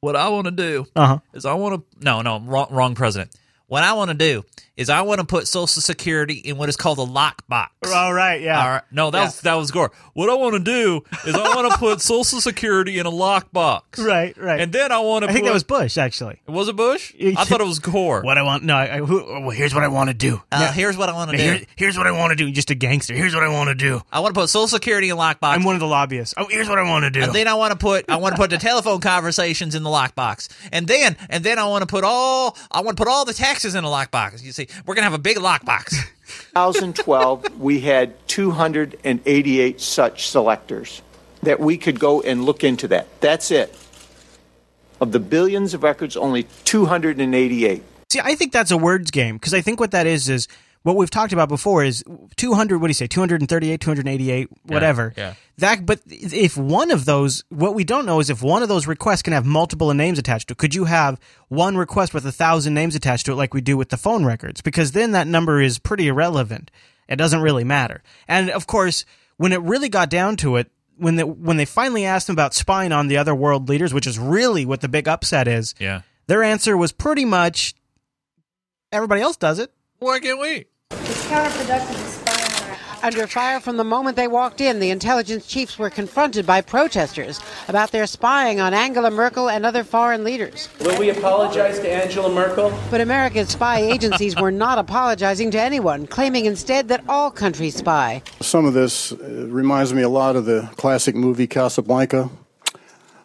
S3: What I want to do
S1: Uh-huh.
S3: is I want to no, no, wrong, wrong president. What I want to do is I want to put Social Security in what is called a lockbox.
S1: All right, yeah.
S3: All right. No, that was that was Gore. What I want to do is I want to put Social Security in a lockbox.
S1: Right, right.
S3: And then I want to.
S1: I think
S3: put,
S1: that was Bush, actually.
S3: Was it
S1: (laughs)
S3: Bush? I thought it was Gore.
S1: What I want? No, I, I- who, well, here's what I want to do.
S3: Uh,
S1: No,
S3: here's what I want to
S1: here-
S3: do.
S1: here's what I want to do. Just a gangster. Here's what I want to do.
S3: I want to put Social Security in lockbox.
S1: I'm one of the lobbyists. Oh, here's what I want to do.
S3: And then I want to put I want to put the telephone conversations in the lockbox. And then and then I want to put all I want to put all the taxes in a lockbox. You see, we're gonna have a big
S1: (laughs)
S3: lockbox.
S7: 2012, we had 288 such selectors that we could go and look into that. That's it. Of the billions of records, only 288.
S1: See, I think that's a words game because I think what that is is what we've talked about before is 200 what do you say 238 288 whatever
S3: yeah.
S1: that but if one of those what we don't know is if one of those requests can have multiple names attached to it could you have one request with a thousand names attached to it like we do with the phone records because then that number is pretty irrelevant it doesn't really matter and of course when it really got down to it when the, when they finally asked them about spying on the other world leaders which is really what the big upset is
S3: Yeah.
S1: their answer was pretty much everybody else does it.
S3: Why can't we?
S13: It's counterproductive to spy Under fire from the moment they walked in, the intelligence chiefs were confronted by protesters about their spying on Angela Merkel and other foreign leaders.
S14: Will we apologize to Angela Merkel?
S13: But America's spy agencies were not apologizing to anyone, claiming instead that all countries spy.
S15: Some of this uh, reminds me a lot of the classic movie Casablanca.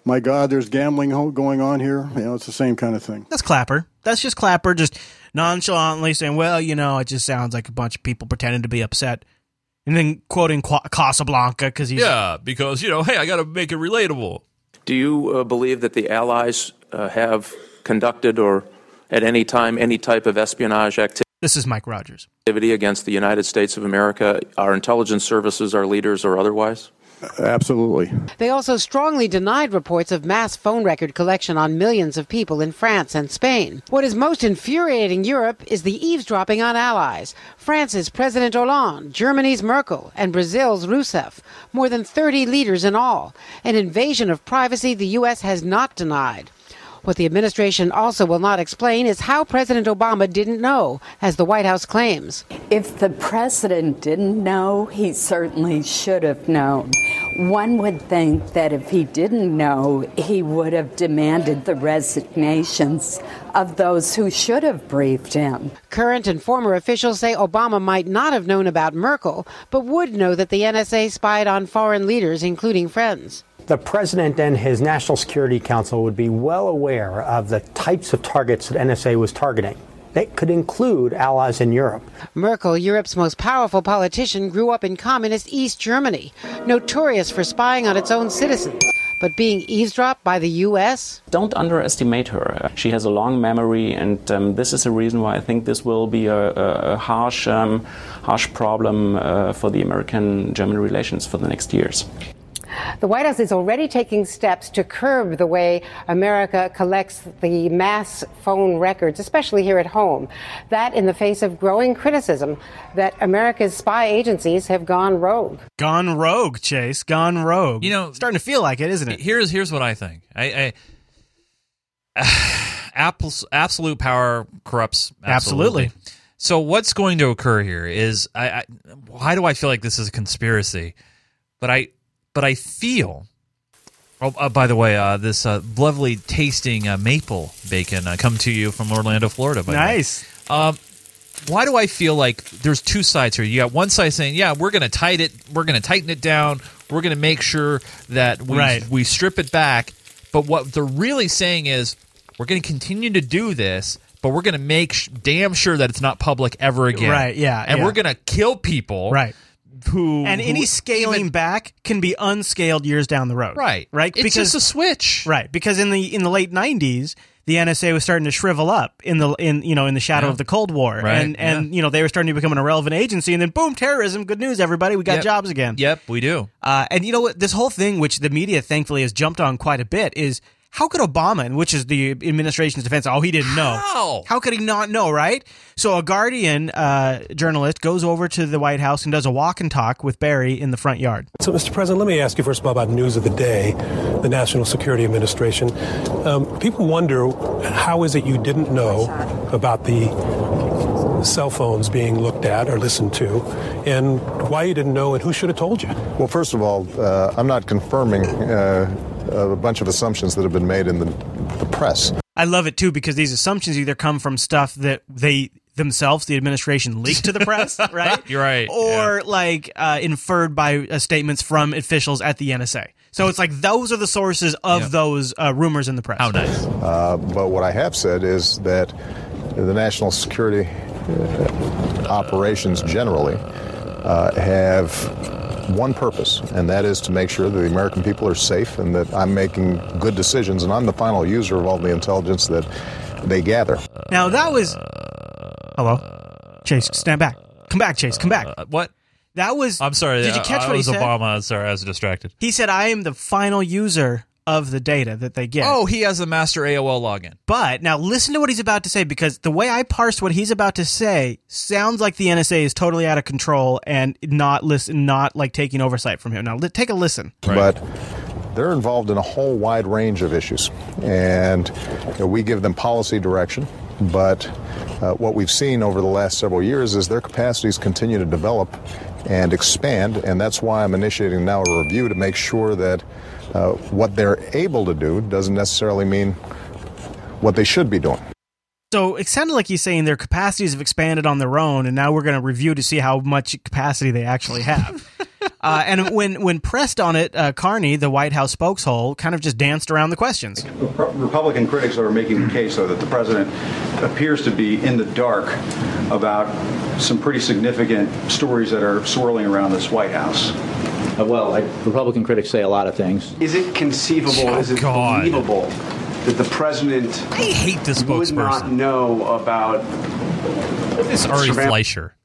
S15: My God, there's gambling ho- going on here. You know, it's the same kind of thing.
S1: That's Clapper. That's just Clapper just nonchalantly saying, well, you know, it just sounds like a bunch of people pretending to be upset. And then quoting Qua- Casablanca because he's.
S3: because you know, hey, I gotta make it relatable.
S14: Do you uh, believe that the Allies uh, have conducted or at any time any type of espionage activity
S1: This is Mike Rogers.
S14: against the United States of America, our intelligence services, our leaders, or otherwise?
S15: Absolutely.
S13: They also strongly denied reports of mass phone record collection on millions of people in France and Spain. What is most infuriating Europe is the eavesdropping on allies France's President Hollande, Germany's Merkel, and Brazil's Rousseff. More than 30 leaders in all. An invasion of privacy the U.S. has not denied. What the administration also will not explain is how President Obama didn't know, as the White House claims.
S16: If the president didn't know, he certainly should have known. One would think that if he didn't know, he would have demanded the resignations of those who should have briefed him.
S13: Current and former officials say Obama might not have known about Merkel, but would know that the NSA spied on foreign leaders, including friends.
S17: The president and his National Security Council would be well aware of the types of targets that NSA was targeting. That could include allies in Europe.
S13: Merkel, Europe's most powerful politician, grew up in communist East Germany, notorious for spying on its own citizens. But being eavesdropped by the U.S.?
S18: Don't underestimate her. She has a long memory, and um, this is the reason why I think this will be a, a, a harsh, um, harsh problem uh, for the American-German relations for the next years.
S13: The White House is already taking steps to curb the way America collects the mass phone records, especially here at home. That in the face of growing criticism that America's spy agencies have gone rogue.
S1: Gone rogue, Chase. Gone rogue.
S3: You know,
S1: starting to feel like it, isn't it?
S3: Here's here's what I think. I, I Apple's absolute power corrupts absolutely.
S1: Absolutely.
S3: So what's going to occur here is I, I why do I feel like this is a conspiracy? But I but I feel. Oh, uh, by the way, uh, this uh, lovely tasting uh, maple bacon uh, come to you from Orlando, Florida. By the way.
S1: Nice.
S3: Um, why do I feel like there's two sides here? You got one side saying, "Yeah, we're going to tighten it. We're going to tighten it down. We're going to make sure that we
S1: Right.
S3: we strip it back." But what they're really saying is, "We're going to continue to do this, but we're going to make sh- damn sure that it's not public ever again."
S1: Right, yeah,
S3: And
S1: yeah.
S3: we're going to kill people.
S1: Right.
S3: Who
S1: and any
S3: who-
S1: scaling back can be unscaled years down the road.
S3: Right.
S1: right.
S3: It's just a switch.
S1: Right, because in the in the late '90s, the NSA was starting to shrivel up in the in you know in the shadow
S3: Yeah.
S1: of the Cold War,
S3: Right,
S1: and and you know they were starting to become an irrelevant agency, and then boom, terrorism. Good news, everybody, we got
S3: Yep.
S1: jobs again.
S3: Yep, we do.
S1: Uh, and you know what? This whole thing, which the media thankfully has jumped on quite a bit, is how could Obama, and which is the administration's defense, oh, he didn't know. How? could he not know, right? So a Guardian uh, journalist goes over to the White House and does a walk and talk with Barry in the front yard.
S19: So, Mr. President, let me ask you first of all about news of the day, the National Security Administration. Um, people wonder how is it you didn't know about the cell phones being looked at or listened to, and why you didn't know, and who should have told you?
S20: Well, first of all, uh, I'm not confirming uh, a bunch of assumptions that have been made in the, the press.
S1: I love it too because these assumptions either come from stuff that they themselves, the administration, leaked to the press,
S3: (laughs)
S1: right?
S3: You're right.
S1: Or like uh, inferred by uh, statements from officials at the NSA. So it's like those are the sources of those uh, rumors in the press. How nice.
S20: Uh, but what I have said is that the national security uh, operations generally uh, have one purpose, and that is to make sure that the American people are safe and that I'm making good decisions, and I'm the final user of all the intelligence that they gather.
S1: Now that was. Hello? Chase, stand back. Come back, Chase. Come back.
S3: Uh, what?
S1: That was.
S3: I'm sorry.
S1: Did you catch
S3: I,
S1: what
S3: I
S1: he
S3: was
S1: said?
S3: Obama. Sorry, I was distracted.
S1: He said, I am the final user of the data that they get.
S3: Oh, he has the master AOL login.
S1: But now listen to what he's about to say because the way I parsed what he's about to say sounds like the NSA is totally out of control and not listen, not like taking oversight from him. Now li- take a listen.
S20: But they're involved in a whole wide range of issues. And you know, we give them policy direction. But uh, what we've seen over the last several years is their capacities continue to develop and expand. And that's why I'm initiating now a review to make sure that uh, what they're able to do doesn't necessarily mean what they should be doing.
S1: So it sounded like he's saying their capacities have expanded on their own, and now we're going to review to see how much capacity they actually have. uh, and when when pressed on it, uh, Carney, the White House spokeshole, kind of just danced around the questions.
S21: Republican critics are making the case, though, that the president appears to be in the dark about some pretty significant stories that are swirling around this White House.
S10: Uh, well, I, Republican critics say a lot of things.
S21: Is it conceivable?
S10: Oh,
S21: is it
S10: God.
S21: believable that the president I hate this would not know about
S3: This Ari
S21: surveil-
S1: (laughs)
S3: Fleischer.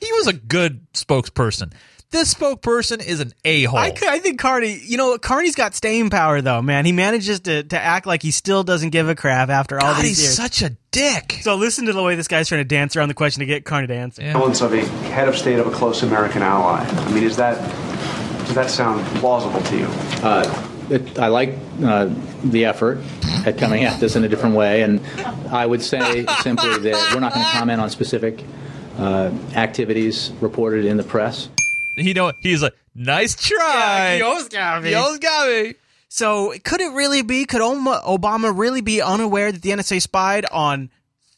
S3: he was a good spokesperson. This spokesperson is an a hole.
S1: I, could- I think Carney, you know, Carney's got staying power though, man. He manages to, to act like he still doesn't give a crap after all
S3: God,
S1: these
S3: he's
S1: years.
S3: such a dick.
S1: So listen to the way this guy's trying to dance around the question to get Carney to answer.
S21: balance of a head of state of a close American ally? I mean, is that does that sound plausible to you?
S10: Uh, it, I like uh, the effort at coming at this in a different way, and I would say simply that we're not going to comment on specific uh, activities reported in the press.
S3: You know, he's like, nice try.
S1: you almost got me.
S3: You almost got me.
S1: So could it really be? Could Oma- Obama really be unaware that the NSA spied on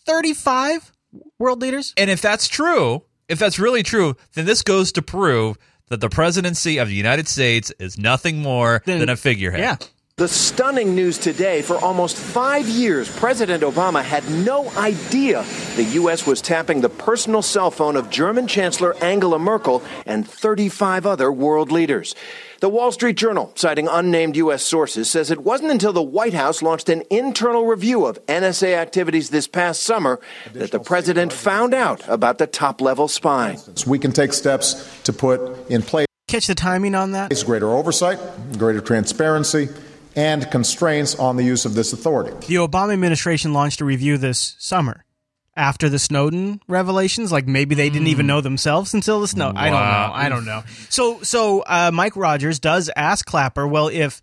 S1: 35 world leaders?
S3: And if that's true, if that's really true, then this goes to prove that the presidency of the United States is nothing more than a figurehead.
S22: The stunning news today for almost five years, President Obama had no idea the U.S. was tapping the personal cell phone of German Chancellor Angela Merkel and 35 other world leaders. The Wall Street Journal, citing unnamed U.S. sources, says it wasn't until the White House launched an internal review of NSA activities this past summer that the president found out about the top level spying.
S20: We can take steps to put in place
S1: Catch the timing on that?
S20: greater oversight, greater transparency, and constraints on the use of this authority.
S1: The Obama administration launched a review this summer after the Snowden revelations. Like maybe they didn't even know themselves until the snow. I don't
S3: Hmm. Wow.
S1: know. I don't know. So so uh, Mike Rogers does ask Clapper, well, if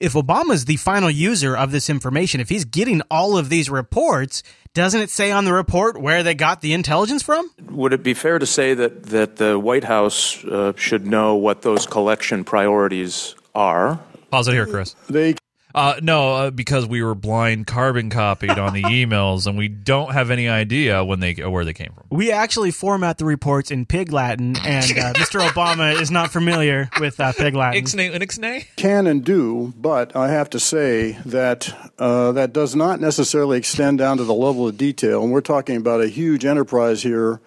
S1: if Obama's the final user of this information, if he's getting all of these reports, doesn't it say on the report where they got the intelligence from?
S14: Would it be fair to say that, that the White House uh, should know what those collection priorities are?
S3: Pause it here, Chris.
S15: They
S3: Uh, no, uh, because we were blind carbon copied
S1: (laughs)
S3: on the emails, and we don't have any idea when they where they came from.
S1: We actually format the reports in Pig Latin, and uh,
S3: (laughs)
S1: Mr. Obama is not familiar with uh, Pig Latin.
S3: Ixnay unixnay?
S15: Can and do, but I have to say that uh, that does not necessarily extend down to the level of detail. And we're talking about a huge enterprise here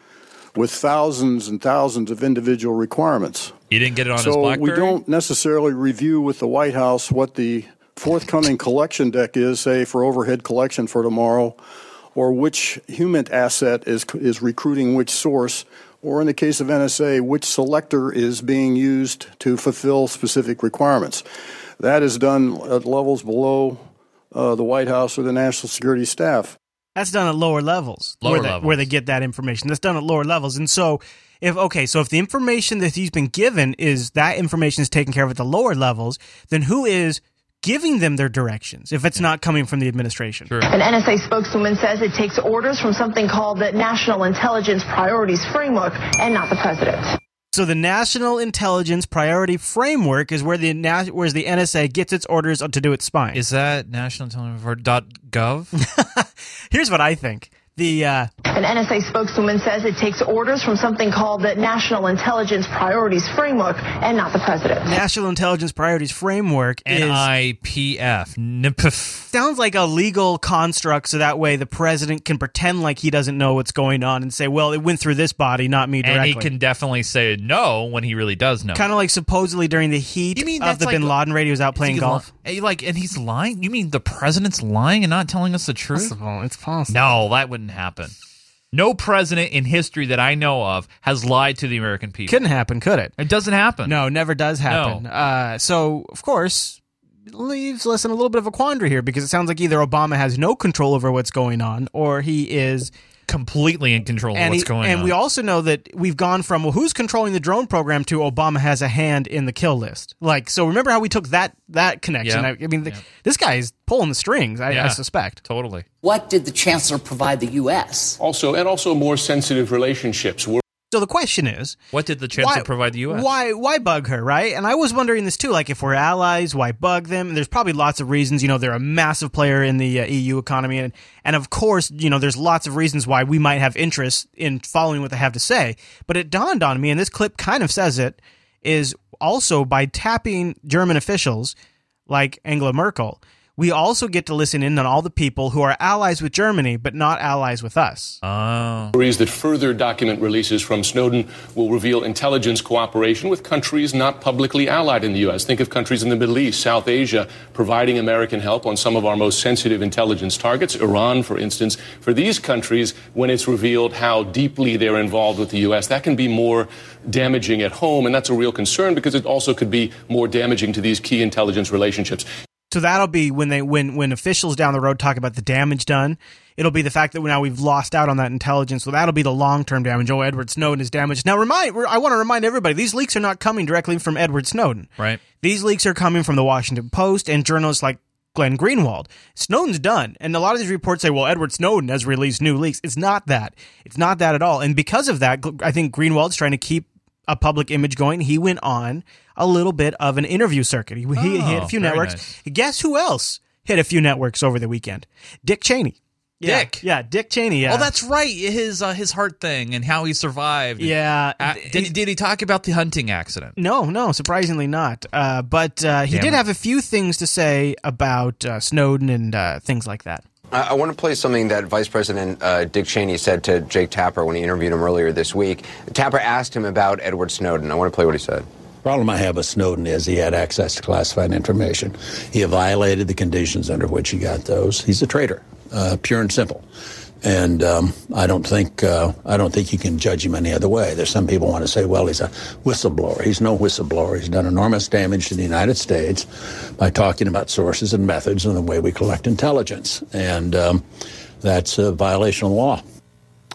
S15: with thousands and thousands of individual requirements.
S3: You didn't get it on his
S15: so
S3: BlackBerry.
S15: we don't necessarily review with the White House what the forthcoming collection deck is, say for overhead collection for tomorrow, or which human asset is is recruiting which source, or in the case of NSA, which selector is being used to fulfill specific requirements. That is done at levels below uh, the White House or the National Security Staff.
S1: That's done at lower levels,
S3: Lower
S1: where they,
S3: levels.
S1: where they get that information. That's done at lower levels, and so if okay, so if the information that he's been given is that information is taken care of at the lower levels, then who is giving them their directions if it's not coming from the administration?
S2: An NSA spokeswoman says it takes orders from something called the National Intelligence Priorities Framework and not the president.
S1: So the National Intelligence Priority Framework is where the na- where's the NSA gets its orders to do its spying.
S3: Is that National Intelligence for dot gov?
S1: Here's what I think. The uh,
S2: An NSA spokeswoman says it takes orders from something called the National Intelligence Priorities Framework and not the president.
S1: National Intelligence Priorities Framework is
S3: NIPF. NIPF.
S1: sounds like a legal construct, so that way the president can pretend like he doesn't know what's going on and say, "Well, it went through this body, not me
S3: And
S1: directly."
S3: he can definitely say no when he really does know.
S1: kind of like supposedly during the heat
S3: You mean
S1: of
S3: that's
S1: the
S3: like-
S1: Bin Laden raid, he was out playing
S3: He's
S1: golf.
S3: li- hey, like, and he's lying. You mean the president's lying and not telling us the truth?
S1: Possible. It's possible.
S3: No, that wouldn't happen. No president in history that I know of has lied to the American people.
S1: Couldn't happen, could it?
S3: It doesn't happen.
S1: No, never does happen. Uh, so, of course, it leaves us in a little bit of a quandary here because it sounds like either Obama has no control over what's going on or he is
S3: completely in control of
S1: and
S3: what's
S1: he-
S3: going
S1: and
S3: on.
S1: we also know that we've gone from well, who's controlling the drone program to Obama has a hand in the kill list. Like, so remember how we took that that connection?
S3: Yeah.
S1: I, I mean, th- this guy is pulling the strings. I, I
S3: Yeah.
S1: suspect
S3: totally.
S4: What did the chancellor provide the U.S.?
S23: Also, and also more sensitive relationships. We're
S1: So the question is,
S3: what did the chancellor provide the U.S.?
S1: Why why bug her, right? And I was wondering this too. Like, if we're allies, why bug them? And there's probably lots of reasons. You know, they're a massive player in the uh, EU economy, and and of course, you know, there's lots of reasons why we might have interest in following what they have to say. But it dawned on me, and this clip kind of says it, is also by tapping German officials like Angela Merkel. We also get to listen in on all the people who are allies with Germany, but not allies with us.
S23: Ah.
S3: Oh.
S23: Worries that further document releases from Snowden will reveal intelligence cooperation with countries not publicly allied in the U.S. Think of countries in the Middle East, South Asia, providing American help on some of our most sensitive intelligence targets, Iran, for instance. For these countries, when it's revealed how deeply they're involved with the U.S., that can be more damaging at home, and that's a real concern because it also could be more damaging to these key intelligence relationships.
S1: So that'll be when they when when officials down the road talk about the damage done. It'll be the fact that now we've lost out on that intelligence. So that'll be the long term damage. Oh, Edward Snowden is damaged. Now, remind I want to remind everybody these leaks are not coming directly from Edward Snowden.
S3: Right.
S1: These leaks are coming from the Washington Post and journalists like Glenn Greenwald. Snowden's done. And a lot of these reports say, well, Edward Snowden has released new leaks. It's not that. It's not that at all. And because of that, I think Greenwald's trying to keep a public image going. He went on a little bit of an interview circuit. He, he
S3: Oh,
S1: hit a few
S3: very
S1: networks.
S3: nice.
S1: Guess who else hit a few networks over the weekend? Dick Cheney. Yeah.
S3: Dick.
S1: Yeah, Dick Cheney. Yeah.
S3: Oh, that's right. His uh, his heart thing and how he survived.
S1: Yeah.
S3: Uh, did, did he talk about the hunting accident?
S1: No, no, surprisingly not. Uh, but uh, he
S3: Damn
S1: did
S3: it.
S1: have a few things to say about uh, Snowden and uh, things like that.
S24: I, I want to play something that Vice President uh, Dick Cheney said to Jake Tapper when he interviewed him earlier this week. Tapper asked him about Edward Snowden. I want to play what he said.
S25: problem I have with Snowden is he had access to classified information. He violated the conditions under which he got those. He's a traitor, uh, pure and simple. And um, I don't think uh, I don't think you can judge him any other way. There's some people want to say, well, he's a whistleblower. He's no whistleblower. He's done enormous damage to the United States by talking about sources and methods and the way we collect intelligence. And um, that's a violation of the law.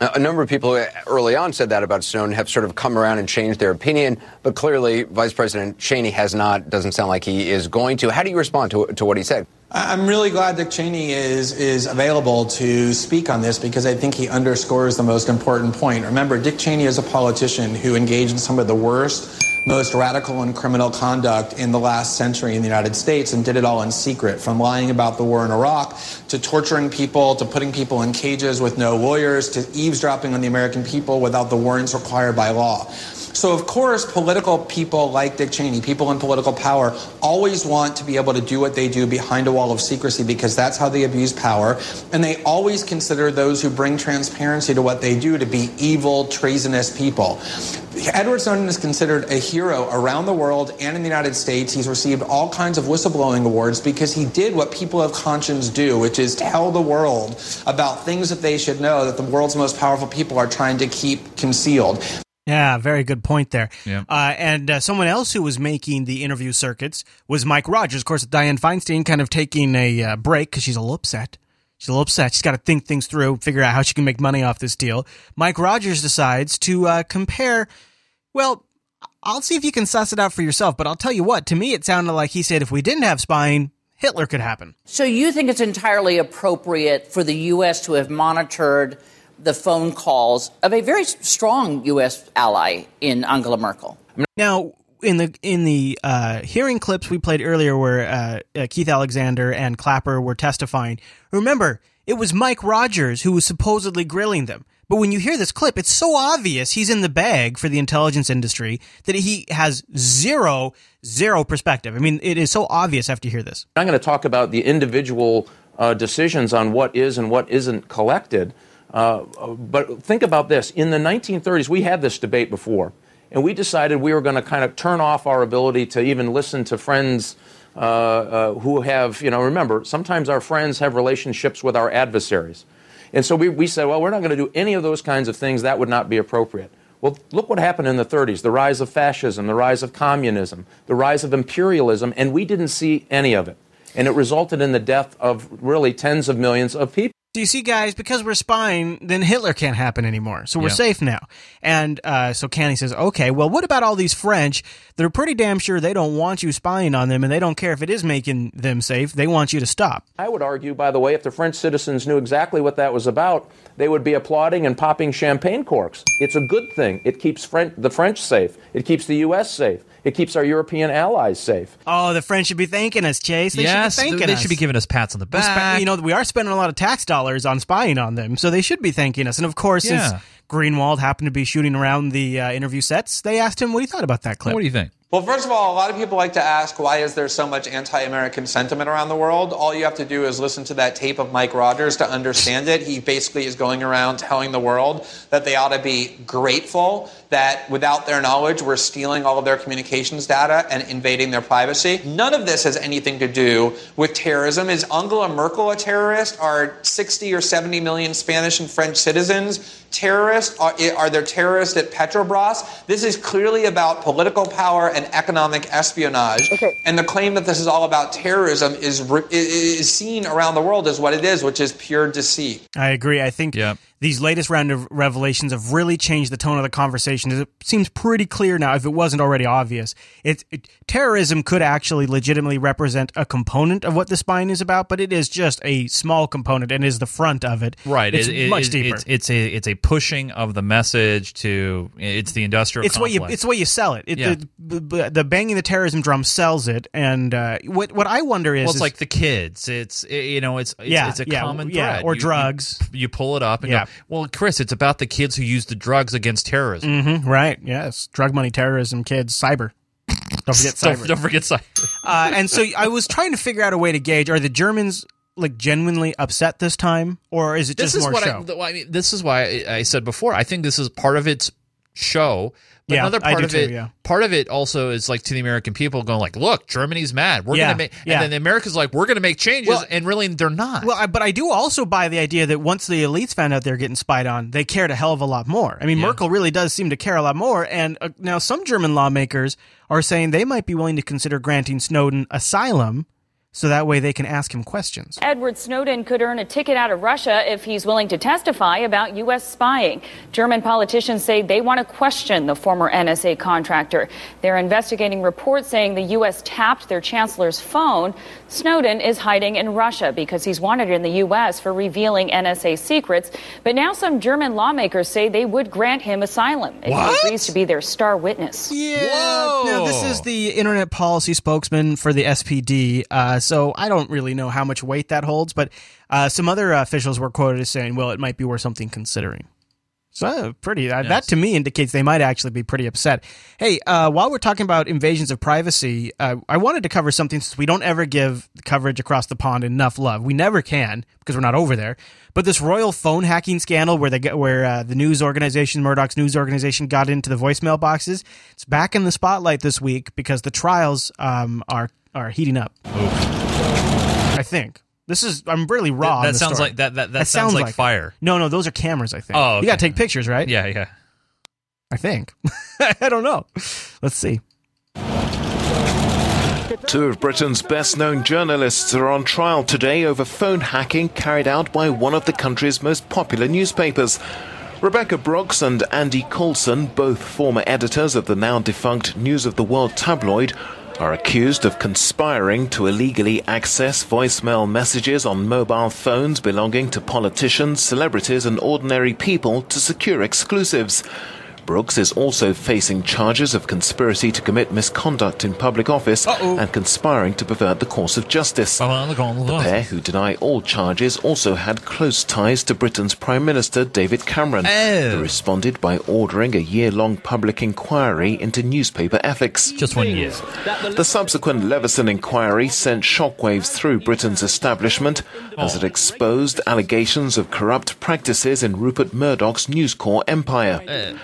S24: A a number of people who early on said that about Snowden have sort of come around and changed their opinion, but clearly Vice President Cheney has not. Doesn't sound like he is going to. How do you respond to, to what he said?
S26: I- I'm really glad Dick Cheney is is available to speak on this because I think he underscores the most important point. Remember, Dick Cheney is a politician who engaged in some of the worst most radical and criminal conduct in the last century in the United States and did it all in secret, from lying about the war in Iraq to torturing people to putting people in cages with no lawyers to eavesdropping on the American people without the warrants required by law. So, of course, political people like Dick Cheney, people in political power, always want to be able to do what they do behind a wall of secrecy because that's how they abuse power. And they always consider those who bring transparency to what they do to be evil, treasonous people. Edward Snowden is considered a hero around the world and in the United States. He's received all kinds of whistleblowing awards because he did what people of conscience do, which is tell the world about things that they should know that the world's most powerful people are trying to keep concealed.
S1: Yeah, very good point there.
S3: Yeah.
S1: Uh, and uh, someone else who was making the interview circuits was Mike Rogers. Of course, Diane Feinstein kind of taking a uh, break because she's a little upset. She's a little upset. She's got to think things through, figure out how she can make money off this deal. Mike Rogers decides to uh, compare. Well, I'll see if you can suss it out for yourself, but I'll tell you what, to me, it sounded like he said if we didn't have spying, Hitler could happen.
S4: So you think it's entirely appropriate for the U.S. to have monitored the phone calls of a very s- strong U.S. ally in Angela Merkel?
S1: Now, in the in the uh, hearing clips we played earlier, where uh, uh, Keith Alexander and Clapper were testifying, remember it was Mike Rogers who was supposedly grilling them. But when you hear this clip, it's so obvious he's in the bag for the intelligence industry that he has zero zero perspective. I mean, it is so obvious after you hear this.
S14: I'm going to talk about the individual uh, decisions on what is and what isn't collected. Uh, but think about this. In the 1930s, we had this debate before, and we decided we were going to kind of turn off our ability to even listen to friends uh, uh, who have, you know, remember, sometimes our friends have relationships with our adversaries. And so we, we said, well, we're not going to do any of those kinds of things. That would not be appropriate. Well, look what happened in the 30s the rise of fascism, the rise of communism, the rise of imperialism, and we didn't see any of it. And it resulted in the death of really tens of millions of people.
S1: Do you see, guys? Because we're spying, then Hitler can't happen anymore. So we're
S14: Yeah.
S1: safe now. And uh, so Canny says, okay, well, what about all these French? They're pretty damn sure they don't want you spying on them, and they don't care if it is making them safe. They want you to stop.
S14: I would argue, by the way, if the French citizens knew exactly what that was about, they would be applauding and popping champagne corks. It's a good thing. It keeps Fren- the French safe. It keeps the U.S. safe. It keeps our European allies safe.
S1: Oh, the French should be thanking us, Chase. They
S3: yes,
S1: should be thanking
S3: they
S1: us.
S3: should be giving us pats on the
S1: We spe-
S3: back.
S1: you know, we are spending a lot of tax dollars on spying on them, so they should be thanking us. And of course,
S3: Yeah.
S1: since Greenwald happened to be shooting around the uh, interview sets, they asked him what he thought about that clip. What do you think?
S26: Well, first of all, a lot of people like to ask why is there so much anti-American sentiment around the world? All you have to do is listen to that tape of Mike Rogers to understand it. He basically is going around telling the world that they ought to be grateful that without their knowledge we're stealing all of their communications data and invading their privacy. None of this has anything to do with terrorism. Is Angela Merkel a terrorist? Are 60 or 70 million Spanish and French citizens terrorists? Are, are there terrorists at Petrobras? This is clearly about political power and economic espionage. And the claim that this is all about terrorism is, re- i- i- is seen around the world as what it is, which is pure deceit.
S1: I agree. I think these latest round of revelations have really changed the tone of the conversation. It seems pretty clear now, if it wasn't already obvious. It, it- terrorism could actually legitimately represent a component of what the spying is about, but it is just a small component and is the front of it.
S3: Right,
S1: It's
S3: it- it-
S1: much
S3: it-
S1: deeper.
S3: It's, it's a it's a pushing of the message to it's the industrial.
S1: it's what you
S3: complex.
S1: it's what you sell it. it
S3: Yeah.
S1: the, the, the banging the terrorism drum sells it, and uh, what what I wonder is
S3: well, it's
S1: is-
S3: like the kids. It's i- you know, it's it's,
S1: Yeah,
S3: it's a
S1: yeah,
S3: common thread.
S1: yeah, or
S3: You- you-
S1: drugs.
S3: You, pull it up and
S1: Yeah.
S3: go, well, Chris, it's about the kids who use the drugs against terrorism.
S1: Mhm, right? Yes, drug money, terrorism, kids, cyber. Don't forget
S3: (laughs) Don't-
S1: cyber.
S3: don't forget cyber.
S1: uh, and so I was trying to figure out a way to gauge: are the Germans like genuinely upset this time, or Mm, is it
S3: this
S1: just
S3: is
S1: more
S3: what
S1: show?
S3: I, th- well, I mean, this is why I, I said before. I think this is part of its show. But
S1: Yeah,
S3: another
S1: I
S3: part
S1: do
S3: of
S1: too,
S3: it,
S1: yeah.
S3: part of it also is like to the American people going like, "Look, Germany's mad. We're
S1: Yeah,
S3: gonna make,"
S1: yeah.
S3: and then the Americans like, "We're gonna make changes,"
S1: Well-
S3: and really they're not.
S1: Well, I, but I do also buy the idea that once the elites found out they're getting spied on, they cared a hell of a lot more. I mean, Merkel really does seem to care a lot more. And uh, now some German lawmakers are saying they might be willing to consider granting Snowden asylum so that way they can ask him questions.
S5: Edward Snowden could earn a ticket out of Russia if he's willing to testify about U.S. spying. German politicians say they want to question the former NSA contractor. They're investigating reports saying the U.S. tapped their chancellor's phone Snowden is hiding in Russia because he's wanted in the U.S. for revealing NSA secrets. But now some German lawmakers say they would grant him asylum if
S1: What?
S5: he agrees to be their star witness.
S1: Yeah, now this is the internet policy spokesman for the SPD, uh, so I don't really know how much weight that holds, but uh, some other officials were quoted as saying, well, it might be worth something considering. So uh, pretty uh, that to me indicates they might actually be pretty upset. Hey, uh, while we're talking about invasions of privacy, uh, I wanted to cover something since we don't ever give coverage across the pond enough love. We never can because we're not over there. But this royal phone hacking scandal where they get where uh, the news organization Murdoch's news organization got into the voicemail boxes, it's back in the spotlight this week because the trials um, are are heating up. I think. This is I'm really
S3: That-
S1: raw. on
S3: that
S1: this
S3: sounds
S1: story.
S3: like- that- that- that sounds like
S1: it.
S3: fire.
S1: No, no, those are cameras. I think.
S3: Oh,
S1: you
S3: okay.
S1: gotta take pictures, right?
S3: Yeah, yeah.
S1: I think. (laughs) I don't know. Let's see.
S6: Two of Britain's best known journalists are on trial today over phone hacking carried out by one of the country's most popular newspapers. Rebecca Brooks and Andy Coulson, both former editors of the now defunct News of the World tabloid, are accused of conspiring to illegally access voicemail messages on mobile phones belonging to politicians, celebrities, and ordinary people to secure exclusives. Brooks is also facing charges of conspiracy to commit misconduct in public office and conspiring to pervert the course of justice. The pair, who deny all charges, also had close ties to Britain's Prime Minister David Cameron, who responded by ordering a year long public inquiry into newspaper ethics. Just one year. The subsequent Leveson inquiry sent shockwaves through Britain's establishment as it exposed allegations of corrupt practices in Rupert Murdoch's News Corp empire.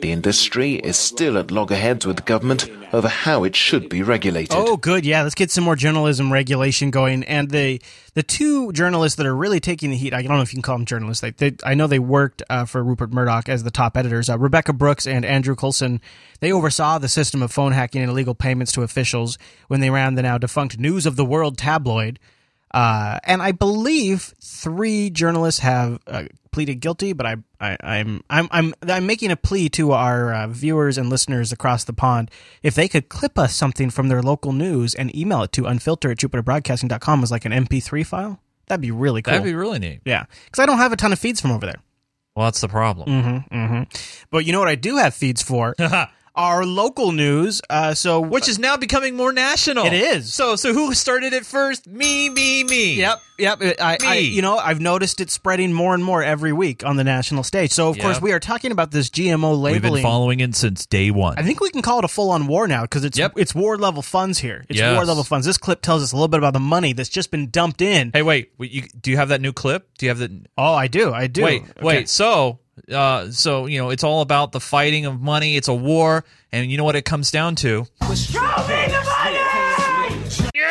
S6: The industry is still at loggerheads with the government over how it should be regulated.
S1: Oh, good. Yeah, let's get some more journalism regulation going. And the the two journalists that are really taking the heat. I don't know if you can call them journalists. They, they I know they worked uh, for Rupert Murdoch as the top editors. Uh, Rebecca Brooks and Andrew Coulson. They oversaw the system of phone hacking and illegal payments to officials when they ran the now defunct News of the World tabloid. Uh, and I believe three journalists have uh, pleaded guilty, but I, I, I'm, I'm, I'm, I'm making a plea to our uh, viewers and listeners across the pond. If they could clip us something from their local news and email it to unfilter at jupiterbroadcasting.com as like an MP3 file, that'd be really cool.
S3: That'd be really neat.
S1: Yeah. Because I don't have a ton of feeds from over there.
S3: Well, that's the problem.
S1: Mm-hmm, mm-hmm. But you know what I do have
S3: (laughs)
S1: feeds for? Our local news, uh, so which
S3: is now becoming more national.
S1: It is.
S3: Oh. So, so who started it first? Me, me, me.
S1: Yep, yep. I, I,
S3: Me.
S1: you know, I've noticed it spreading more and more every week on the national stage. So, of
S3: Yep.
S1: course, we are talking about this GMO
S3: We've
S1: labeling.
S3: been following it since day one.
S1: I think we can call it a full-on war now because it's it's war level funds here. It's
S3: Yes.
S1: war level funds. This clip tells us a little bit about the money that's just been dumped in.
S3: Hey, wait. wait, You, do you have that new clip? Do you have the?
S1: Oh, I do. I do.
S3: Wait,
S1: Okay.
S3: wait. So, uh, so you know, it's all about the fighting of money. It's a war, and you know what it comes down to?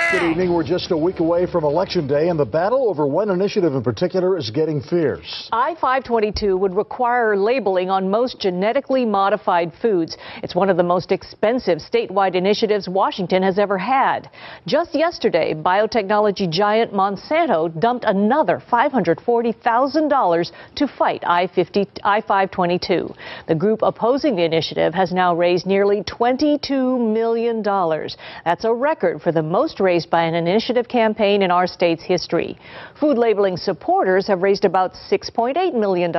S7: Good evening. We're just a week away from Election Day, and the battle over one initiative in particular is getting fierce.
S8: I 522 would require labeling on most genetically modified foods. It's one of the most expensive statewide initiatives Washington has ever had. Just yesterday, biotechnology giant Monsanto dumped another $540,000 to fight I 50 I 522. The group opposing the initiative has now raised nearly $22 million. That's a record for the most raised by an initiative campaign in our state's history. Food labeling supporters have raised about $6.8 million.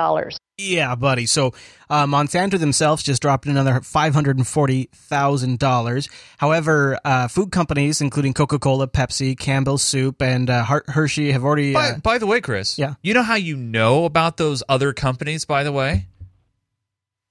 S1: Yeah, buddy. So uh, Monsanto themselves just dropped another five hundred and forty thousand dollars. However, uh, food companies, including Coca Cola, Pepsi, Campbell's Soup, and uh, Her- Hershey, have already.
S3: By,
S1: uh,
S3: by the way, Chris.
S1: Yeah.
S3: You know how you know about those other companies? By the way,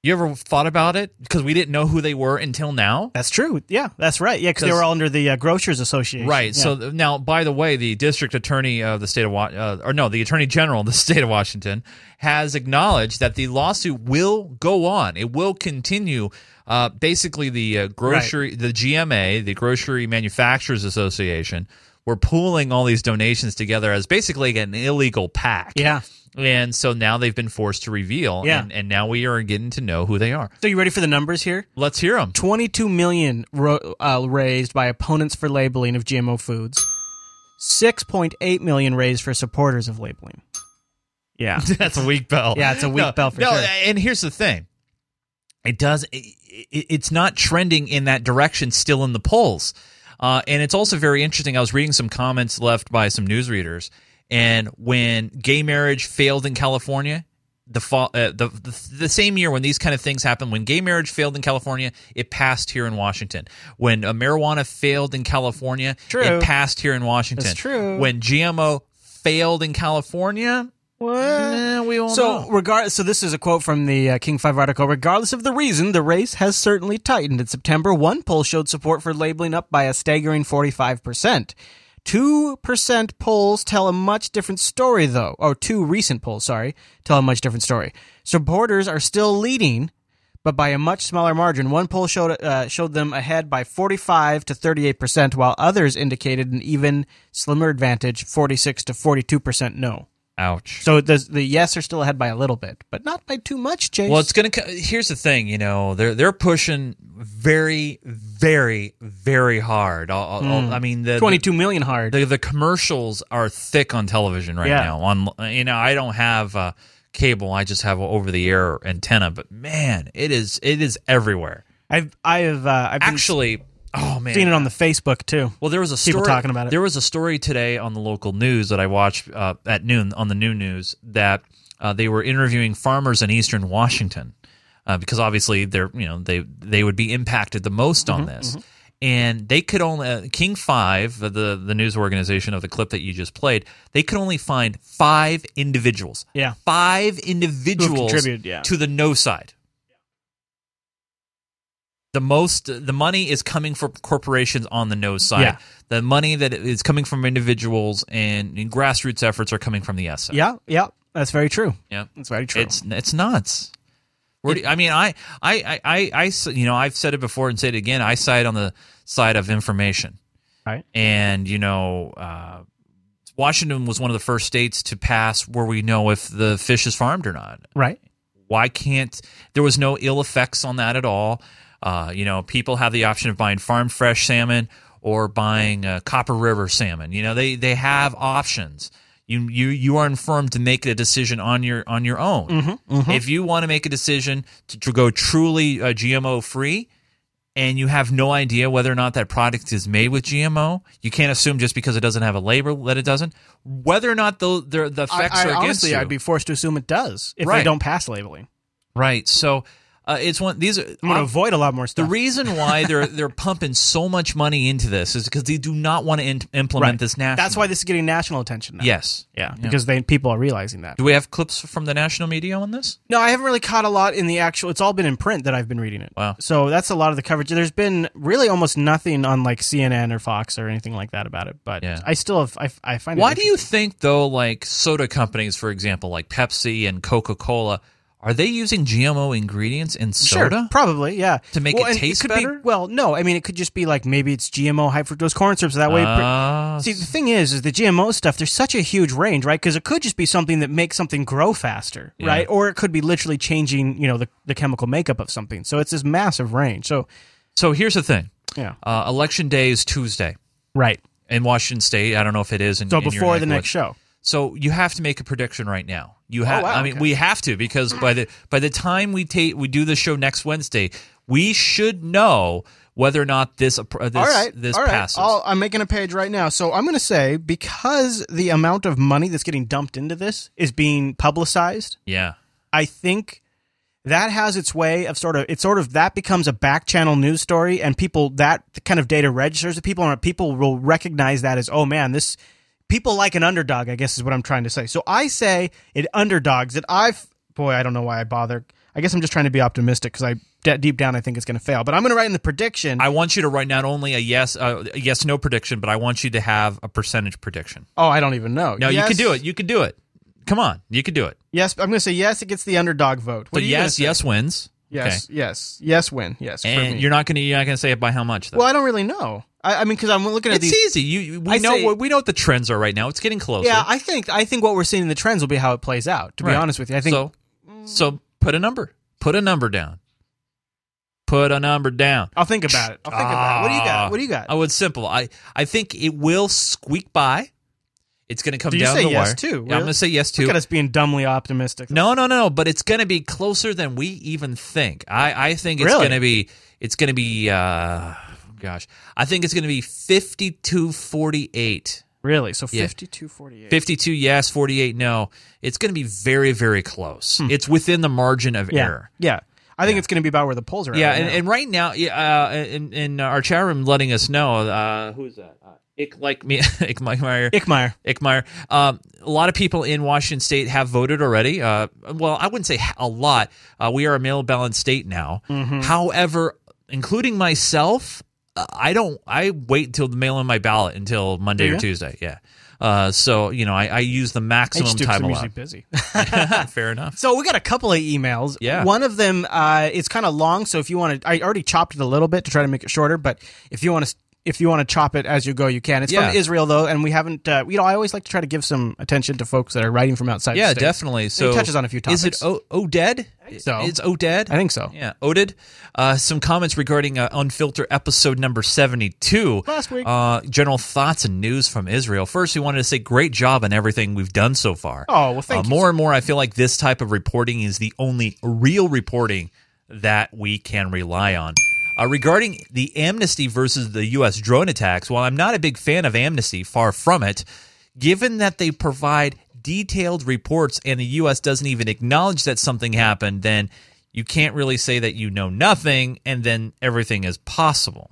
S3: you ever thought about it? Because we didn't know who they were until now.
S1: That's true. Yeah, that's right. Yeah, because they were all under the uh, Grocers Association.
S3: Right. So
S1: Yeah.
S3: th- now, by the way, the district attorney of the state of Wa- uh, or no, the attorney general of the (laughs) state of Washington has acknowledged that the lawsuit will go on. It will continue. Uh, basically, the uh, grocery, the GMA, the Grocery Manufacturers Association, were pooling all these donations together as basically an illegal pack.
S1: Yeah.
S3: And so now they've been forced to reveal.
S1: Yeah.
S3: And, and now we are getting to know who they are.
S1: So you ready for the numbers here?
S3: Let's hear them.
S1: 22 million ro- uh, raised by opponents for labeling of GMO foods. 6.8 million raised for supporters of labeling.
S3: (laughs)
S1: Yeah.
S3: That's a weak bell.
S1: Yeah, it's a weak
S3: No,
S1: bell for
S3: no,
S1: sure.
S3: and here's the thing. It does it, it, it's not trending in that direction still in the polls. Uh, and it's also very interesting. I was reading some comments left by some newsreaders, and when gay marriage failed in California, the fall, uh, the, the the same year when these kind of things happened, when gay marriage failed in California, it passed here in Washington. When uh, marijuana failed in California,
S21: True.
S3: it passed here in Washington.
S21: That's true.
S3: When GMO failed in California, eh, we
S1: (laughs)
S3: all know.
S1: So, regard. So, this is a quote from the uh, King Five article. Regardless of the reason, the race has certainly tightened. In September, one poll showed support for labeling up by a staggering forty-five percent. Two percent polls tell a much different story, though. Or two recent polls, sorry, tell a much different story. Supporters are still leading, but by a much smaller margin. One poll showed uh, showed them ahead by 45 to 38 percent, while others indicated an even slimmer advantage, 46 to 42 percent no.
S3: Ouch.
S1: So the the yes are still ahead by a little bit, but not by too much, Chase.
S3: Well, it's gonna. co- Here's the thing, you know, they're they're pushing very, very, very hard. I'll, I'll- I'll-
S1: Hmm.
S3: uh, I mean, the
S1: 22 million hard.
S3: The, the commercials are thick on television right
S1: Yeah.
S3: now. On you know, I don't have uh, cable. I just have over the air antenna. But man, it is it is everywhere.
S1: I've I have uh, I've
S3: actually oh man.
S1: seen it on the Facebook too.
S3: Well, there was a
S1: people
S3: story-
S1: talking about it.
S3: There was a story today on the local news that I watched uh, at noon on the new news that uh, they were interviewing farmers in Eastern Washington uh, because obviously they're you know they they would be impacted the most on
S1: Mm-hmm,
S3: this. And they could only uh, King Five, the the news organization of the clip that you just played, they could only find five individuals,
S1: yeah,
S3: five individuals
S1: contributed, yeah.
S3: to the no side. The most the money is coming from corporations on the no side.
S1: Yeah.
S3: The money that is coming from individuals and, and grassroots efforts are coming from the yes side.
S1: yeah, yeah, that's very true.
S3: Yeah,
S1: that's very true.
S3: It's it's nuts. Where do, I mean, I, I, I, I, I s- you know, I've said it before and said it again. I side on the side of information,
S1: right?
S3: And you know, uh, Washington was one of the first states to pass where we know if the fish is farmed or not.
S1: Right.
S3: Why can't there was no ill effects on that at all? Uh, you know, people have the option of buying farm fresh salmon or buying uh, Copper River salmon. You know, they they have options. You you you are informed to make a decision on your on your own.
S1: Mhm, mhm.
S3: If you want to make a decision to, to go truly uh, GMO free, and you have no idea whether or not that product is made with GMO, you can't assume just because it doesn't have a label that it doesn't. Whether or not the the, the
S1: I,
S3: effects
S1: I,
S3: are against
S1: honestly,
S3: you,
S1: I'd be forced to assume it does if
S3: Right.
S1: they don't pass labeling.
S3: Right. So uh, it's one. These are.
S1: I'm going to avoid a lot more
S3: The
S1: stuff.
S3: reason
S1: (laughs)
S3: why they're they're pumping so much money into this is because they do not want to in- implement
S1: Right.
S3: this national.
S1: That's why this is getting national attention now.
S3: Yes.
S1: Yeah. Because they people are realizing that.
S3: do we have clips from the national media on this?
S1: No, I haven't really caught a lot in the actual. It's all been in print that I've been reading it.
S3: Wow.
S1: So that's a lot of the coverage. There's been really almost nothing on like CNN or Fox or anything like that about it. But I still have. I, I find.
S3: Why
S1: it
S3: do you think though, like soda companies, for example, like Pepsi and Coca Cola, are they using GMO ingredients in
S1: Sure,
S3: soda?
S1: probably, yeah.
S3: To make it
S1: and
S3: taste
S1: could
S3: better?
S1: Be, well, no. I mean, it could just be like maybe it's GMO high fructose corn syrup. So that way,
S3: Ah.
S1: see, the thing is, is the GMO stuff. There's such a huge range, right? Because it could just be something that makes something grow faster,
S3: Yeah.
S1: right? Or it could be literally changing, you know, the, the chemical makeup of something. So it's this massive range. So,
S3: so here's the thing.
S1: Yeah.
S3: Uh, election day is Tuesday.
S1: Right.
S3: In Washington State, I don't know if it is. In,
S1: So
S3: in your
S1: before
S3: neck
S1: the
S3: of
S1: next
S3: woods.
S1: show.
S3: So you have to make a prediction right now. You
S1: Oh,
S3: have.
S1: wow,
S3: I mean,
S1: okay.
S3: we have to because by the by the time we take we do the show next Wednesday, we should know whether or not this uh, this
S1: all right,
S3: this
S1: all right.
S3: passes.
S1: I'll, I'm making a page right now. So I'm going to say because the amount of money that's getting dumped into this is being publicized.
S3: yeah.
S1: I think that has its way of sort of it sort of that becomes a back channel news story and people that kind of data registers to people and people will recognize that as oh man this people like an underdog I guess is what I'm trying to say. So I say it underdogs that I've boy I don't know why I bother. I guess I'm just trying to be optimistic cuz I de- deep down I think it's going to fail. But I'm going to write in the prediction.
S3: I want you to write not only a yes uh, a yes no prediction, but I want you to have a percentage prediction.
S1: oh, I don't even know.
S3: No, you
S1: Yes-
S3: can do it. You can do it. Come on, you can do it.
S1: Yes, I'm going to say yes it gets the underdog vote. What
S3: so
S1: are you gonna
S3: yes,
S1: say?
S3: yes wins.
S1: Yes,
S3: Okay.
S1: yes. Yes win. Yes for
S3: And
S1: me.
S3: you're not gonna you're not gonna say it by how much though.
S1: Well, I don't really know. I, I mean cuz I'm looking at
S3: it's
S1: these
S3: easy. You- You we
S1: I
S3: know
S1: say-
S3: what we know what the trends are right now. It's getting closer.
S1: Yeah, I think I think what we're seeing in the trends will be how it plays out. To be
S3: Right.
S1: honest with you, I think
S3: so. So put a number. Put a number down. Put a number down. Ah,
S1: I'll think about it. I'll think about it. What do you got? What do you got?
S3: I would simple. I I think it will squeak by. It's going to come
S1: Do you
S3: down
S1: say
S3: the
S1: yes
S3: wire.
S1: too?
S3: Yeah,
S1: Really?
S3: I'm going to say yes too.
S1: Look at us being dumbly optimistic.
S3: No, no, no, no. But it's going to be closer than we even think. I, I think it's
S1: Really?
S3: going to be. It's going to be. Uh, gosh. I think it's going to be 52 48.
S1: Really? So 52 48.
S3: 52 yes, 48 no. It's going to be very, very close. It's within the margin of
S1: Hmm. Yeah.
S3: error.
S1: Yeah. I think it's going to be about where the polls are
S3: Yeah,
S1: at. right
S3: and,
S1: now.
S3: and right now, yeah, uh, in, in our chat room, letting us know uh, who's that? Uh, Ick like me, (laughs) Ick Meyer.
S1: Ickmeyer.
S3: Ickmeyer. Um, a lot of people in Washington State have voted already. Uh, well, I wouldn't say a lot. Uh, we are a mail balanced state now.
S1: Mm-hmm.
S27: Mhm.
S3: However, including myself, uh, I don't. I wait until the mail in my ballot until Monday
S1: Do
S3: or
S1: ya?
S3: Tuesday. Yeah. Uh, so you know, I, I use the maximum
S1: H-Dukes,
S3: time
S1: I'm
S3: allowed.
S1: usually busy. (laughs)
S3: Fair enough.
S1: So we got a couple of emails.
S3: Yeah.
S1: One of them uh, is kind of long, so if you want to, I already chopped it a little bit to try to make it shorter. But if you want to, if you want to chop it as you go, you can. It's
S3: Yeah.
S1: from Israel though, and we haven't. Uh, you know, I always like to try to give some attention to folks that are writing from outside. the
S3: Yeah,
S1: States.
S3: definitely.
S1: And
S3: So
S1: he touches on a few topics.
S3: Is it o- Oded?
S1: so.
S3: It's Oded? I
S1: think so.
S3: Yeah, Oded. Uh, some comments regarding uh, Unfiltered episode number 72.
S1: Last week.
S3: Uh, general thoughts and news from Israel. First, we wanted to say great job on everything we've done so far.
S1: Oh, well, thank
S3: Uh,
S1: you.
S3: More and more, I feel like this type of reporting is the only real reporting that we can rely on. Uh, regarding the amnesty versus the U.S. drone attacks, while I'm not a big fan of amnesty, far from it, given that they provide detailed reports and the U.S. doesn't even acknowledge that something happened, then you can't really say that you know nothing and then everything is possible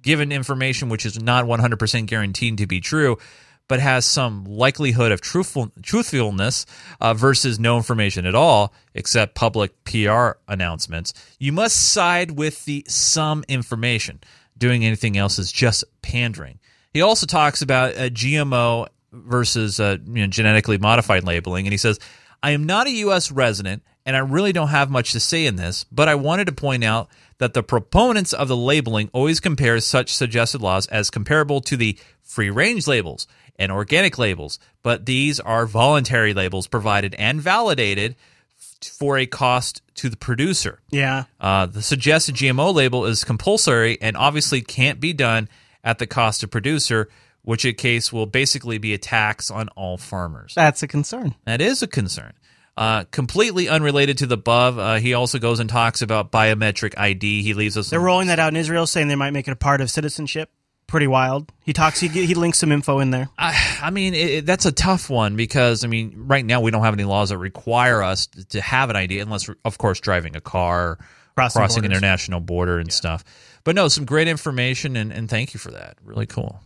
S3: given information which is not 100% guaranteed to be true but has some likelihood of truthful, truthfulness uh, versus no information at all except public pr announcements you must side with the some information doing anything else is just pandering he also talks about uh, gmo versus uh, you know, genetically modified labeling and he says I am not a U.S. resident, and I really don't have much to say in this, but I wanted to point out that the proponents of the labeling always compare such suggested laws as comparable to the free range labels and organic labels, but these are voluntary labels provided and validated f- for a cost to the producer.
S1: Yeah.
S3: Uh, the suggested GMO label is compulsory and obviously can't be done at the cost of producer, which in case will basically be a tax on all farmers.
S1: That's a concern.
S3: That is a concern. Uh, completely unrelated to the above, uh, he also goes and talks about biometric ID. He leaves us.
S1: They're rolling that out in Israel, saying they might make it a part of citizenship. Pretty wild. He talks. He, he links some info in there.
S3: I, I mean, it, it- that's a tough one because I mean, right now we don't have any laws that require us t- to have an ID, unless, of course, driving a car,
S1: Crossing
S3: an
S1: borders.
S3: international border and stuff. But no, some great information, and, and thank you for that. Really cool.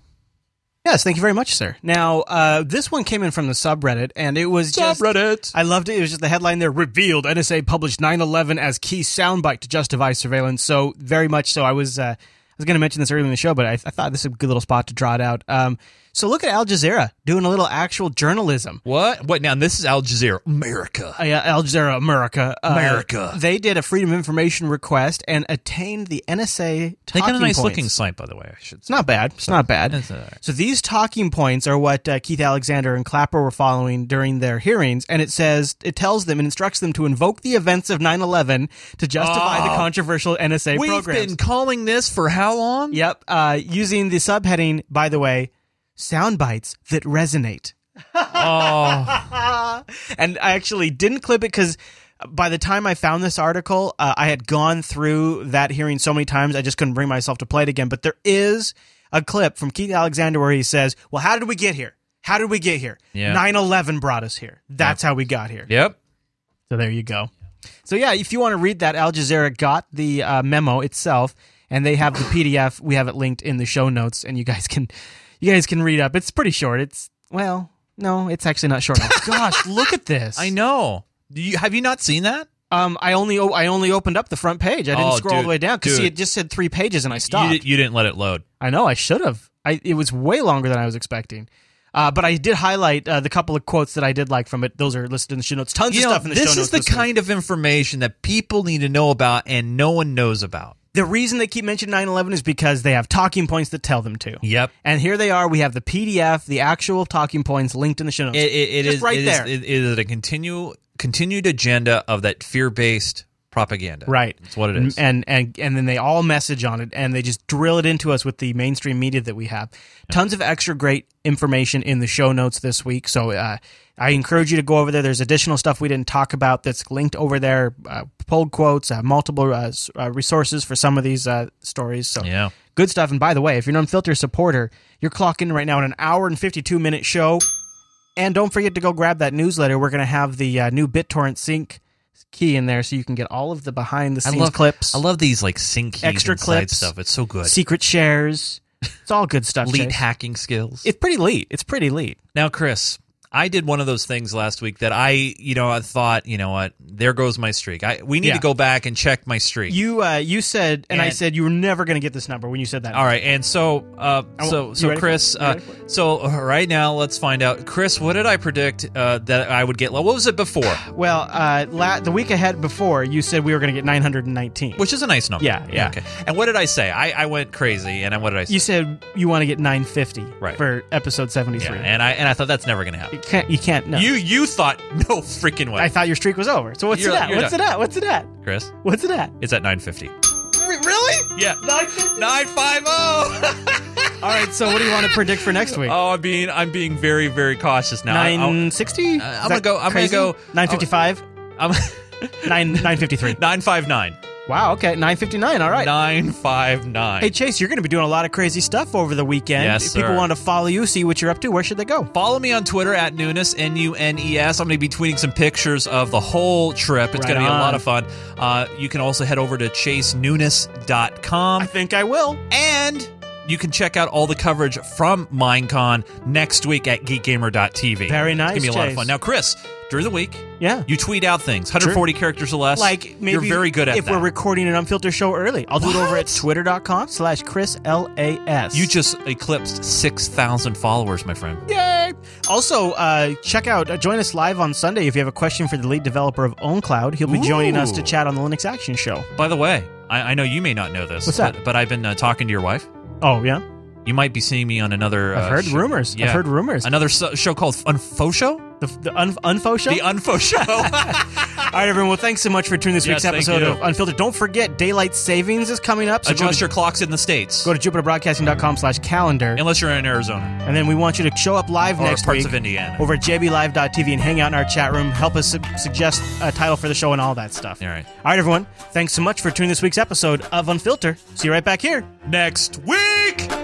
S1: Yes, thank you very much, sir. Now, uh, this one came in from the subreddit, and it was just
S3: subreddit.
S1: I loved it. It was just the headline there: "Revealed NSA published 9/11 as key soundbite to justify surveillance." So very much so. I was uh, I was going to mention this earlier in the show, but I, I thought this was a good little spot to draw it out. Um, so look at Al Jazeera doing a little actual journalism.
S3: What? What? Now this is Al Jazeera, America.
S1: Uh, yeah, Al Jazeera America. Uh,
S3: America.
S1: They did a freedom of information request and attained the NSA.
S3: They got a
S1: talking
S3: nice
S1: points.
S3: looking site, by the way. I should.
S1: It's not bad. It's not bad.
S3: It's uh, all right.
S1: So these talking points are what uh, Keith Alexander and Clapper were following during their hearings, and it says it tells them and instructs them to invoke the events of 9/11 to justify
S3: Oh.
S1: the controversial NSA
S3: We've
S1: programs.
S3: been calling this for how long?
S1: Yep. Uh, using the subheading, by the way, sound bites that resonate.
S3: Oh.
S1: and I actually didn't clip it because by the time I found this article, uh, I had gone through that hearing so many times, I just couldn't bring myself to play it again. But there is a clip from Keith Alexander where he says, Well, how did we get here? How did we get here?
S3: Yeah.
S1: 9 11 brought us here. That's how we got here.
S3: Yep.
S1: So there you go. So yeah, if you want to read that, Al Jazeera got the uh, memo itself, and they have the PDF. We have it linked in the show notes, and you guys can, you guys can read up. It's pretty short. It's well, no, it's actually not short. (laughs) Gosh, look at this. I
S3: know. Do you have you not seen that?
S1: Um, I only o- I only opened up the front page. I didn't
S3: Oh,
S1: scroll all the
S3: dude,
S1: way down because see,
S3: dude.
S1: it just said three pages, and I stopped.
S3: You, di- you didn't let it load.
S1: I know I should have. I it was way longer than I was expecting. Uh, but I did highlight uh, the couple of quotes that I did like from it. Those are listed in the show notes. Tons
S3: You
S1: of
S3: know,
S1: stuff in the
S3: this
S1: show
S3: is
S1: notes.
S3: the kind of information that people need to know about and no one knows about.
S1: The reason they keep mentioning 9 11 is because they have talking points that tell them to.
S3: Yep.
S1: And here they are. We have the PDF, the actual talking points linked in the show notes.
S3: It, it, it
S1: Just
S3: is-
S1: right
S3: it is-
S1: there.
S3: it is a continue, continued agenda of that fear based propaganda.
S1: right.
S3: That's what it is.
S1: And, and, and then they all message on it and they just drill it into us with the mainstream media that we have. Tons of extra great information in the show notes this week. So uh, I encourage you to go over there. There's additional stuff we didn't talk about that's linked over there uh, poll quotes, uh, multiple uh, s- uh, resources for some of these uh, stories. So
S3: Yeah.
S1: Good stuff. And by the way, if you're an Unfiltered supporter, you're clocking right now in an hour and 52 minute show. And don't forget to go grab that newsletter. We're going to have the uh, new BitTorrent sync key in there so you can get all of the behind the
S3: I
S1: scenes
S3: love
S1: clips.
S3: I love these like sync keys
S1: extra
S3: and side
S1: clips
S3: stuff. It's so good. (laughs)
S1: Secret shares. It's all good stuff.
S3: Elite
S1: Chase.
S3: hacking skills.
S1: It's pretty elite. It's pretty elite.
S3: Now, Chris, I did one of those things last week that I, you know, I thought, you know what, there goes my streak. I we need
S1: Yeah.
S3: to go back and check my streak.
S1: You uh, you said, and, I
S3: And-
S1: said you were never going to get this number when you said that.
S3: All right, and so uh,
S1: I want-
S3: so
S1: you
S3: so
S1: ready for it?
S3: Chris,
S1: You
S3: uh,
S1: ready
S3: so uh, right now let's find out, Chris, what did I predict uh, that I would get? What was it before?
S1: Well, uh, la- the week ahead before, you said we were going to get 919,
S3: Which is a nice number.
S1: Yeah, yeah.
S3: Okay. And what did I say? I, I went crazy, and then what did I say?
S1: You said you want to get 950
S3: Right.
S1: for episode 73.
S3: Yeah, and I and I thought that's never going to happen.
S1: You can't. You can't. No.
S3: You you thought (laughs) no freaking way.
S1: I thought your streak was over. So what's
S3: You're-
S1: it at?
S3: you're
S1: What's
S3: done.
S1: it at? What's it at?
S3: Chris,
S1: What's it at?
S3: it's at nine fifty.
S1: Really?
S3: Yeah.
S1: 950.
S3: 950.
S1: All right. So what do you want to predict for next week?
S3: Oh, I'm being I'm being very very cautious now. I- I'll-
S1: 960?
S3: Uh, I'm gonna go- I'm gonna go-
S1: 955?
S3: I'm (laughs)
S1: 9 953.
S3: 959.
S1: Wow, okay. 959. All right.
S3: 959.
S1: Hey Chase, you're going to be doing a lot of crazy stuff over the weekend.
S3: Yes,
S1: if people
S3: sir.
S1: want to follow you, see what you're up to, where should they go?
S3: Follow me on Twitter at Nunes, N U N E S. I'm going to be tweeting some pictures of the whole trip. It's
S1: Right
S3: going to be a
S1: on.
S3: lot of fun. Uh, you can also head over to chasenunes.com. I
S1: think I will.
S3: And you can check out all the coverage from Minecon next week at geekgamer.tv.
S1: Very
S3: It's going to
S1: nice,
S3: be a lot of
S1: Chase.
S3: fun. Now, Chris, during the week,
S1: Yeah.
S3: you tweet out things, 140 characters or less.
S1: Like maybe
S3: You're very good at
S1: if
S3: that.
S1: we're recording an unfiltered show early. I'll do it over at twitter.com slash Chris L A S.
S3: you just eclipsed 6,000 followers, my friend.
S1: Yay! Also, uh, check out, uh, join us live on Sunday if you have a question for the lead developer of OwnCloud. He'll be joining us to
S3: Ooh.
S1: chat on the Linux Action Show.
S3: By the way, I, I know you may not know this.
S1: What's
S3: but-
S1: that?
S3: But, I've been uh, talking to your wife.
S1: Oh, yeah?
S3: You might be seeing me on another.
S1: I've
S3: uh,
S1: heard
S3: sh-
S1: rumors.
S3: Yeah.
S1: I've heard rumors.
S3: Another so- show called Unfo Show?
S1: The, the un- Unfo Show?
S3: The Unfo Show.
S1: (laughs) All right, everyone. Well, thanks so much for tuning this
S3: Yes,
S1: week's
S3: thank
S1: episode
S3: you.
S1: of Unfiltered. Don't forget, daylight savings is coming up. So go
S3: Adjust
S1: to,
S3: your clocks in the States.
S1: go to jupiterbroadcasting.com slash calendar.
S3: Unless you're in Arizona.
S1: And then we want you to show up live
S3: Or
S1: next
S3: parts
S1: week
S3: of Indiana.
S1: over at jblive.tv and hang out in our chat room. Help us su- suggest a title for the show and all that stuff. All
S3: right.
S1: All right, everyone. Thanks so much for tuning this week's episode of Unfiltered. See you right back here
S3: next week.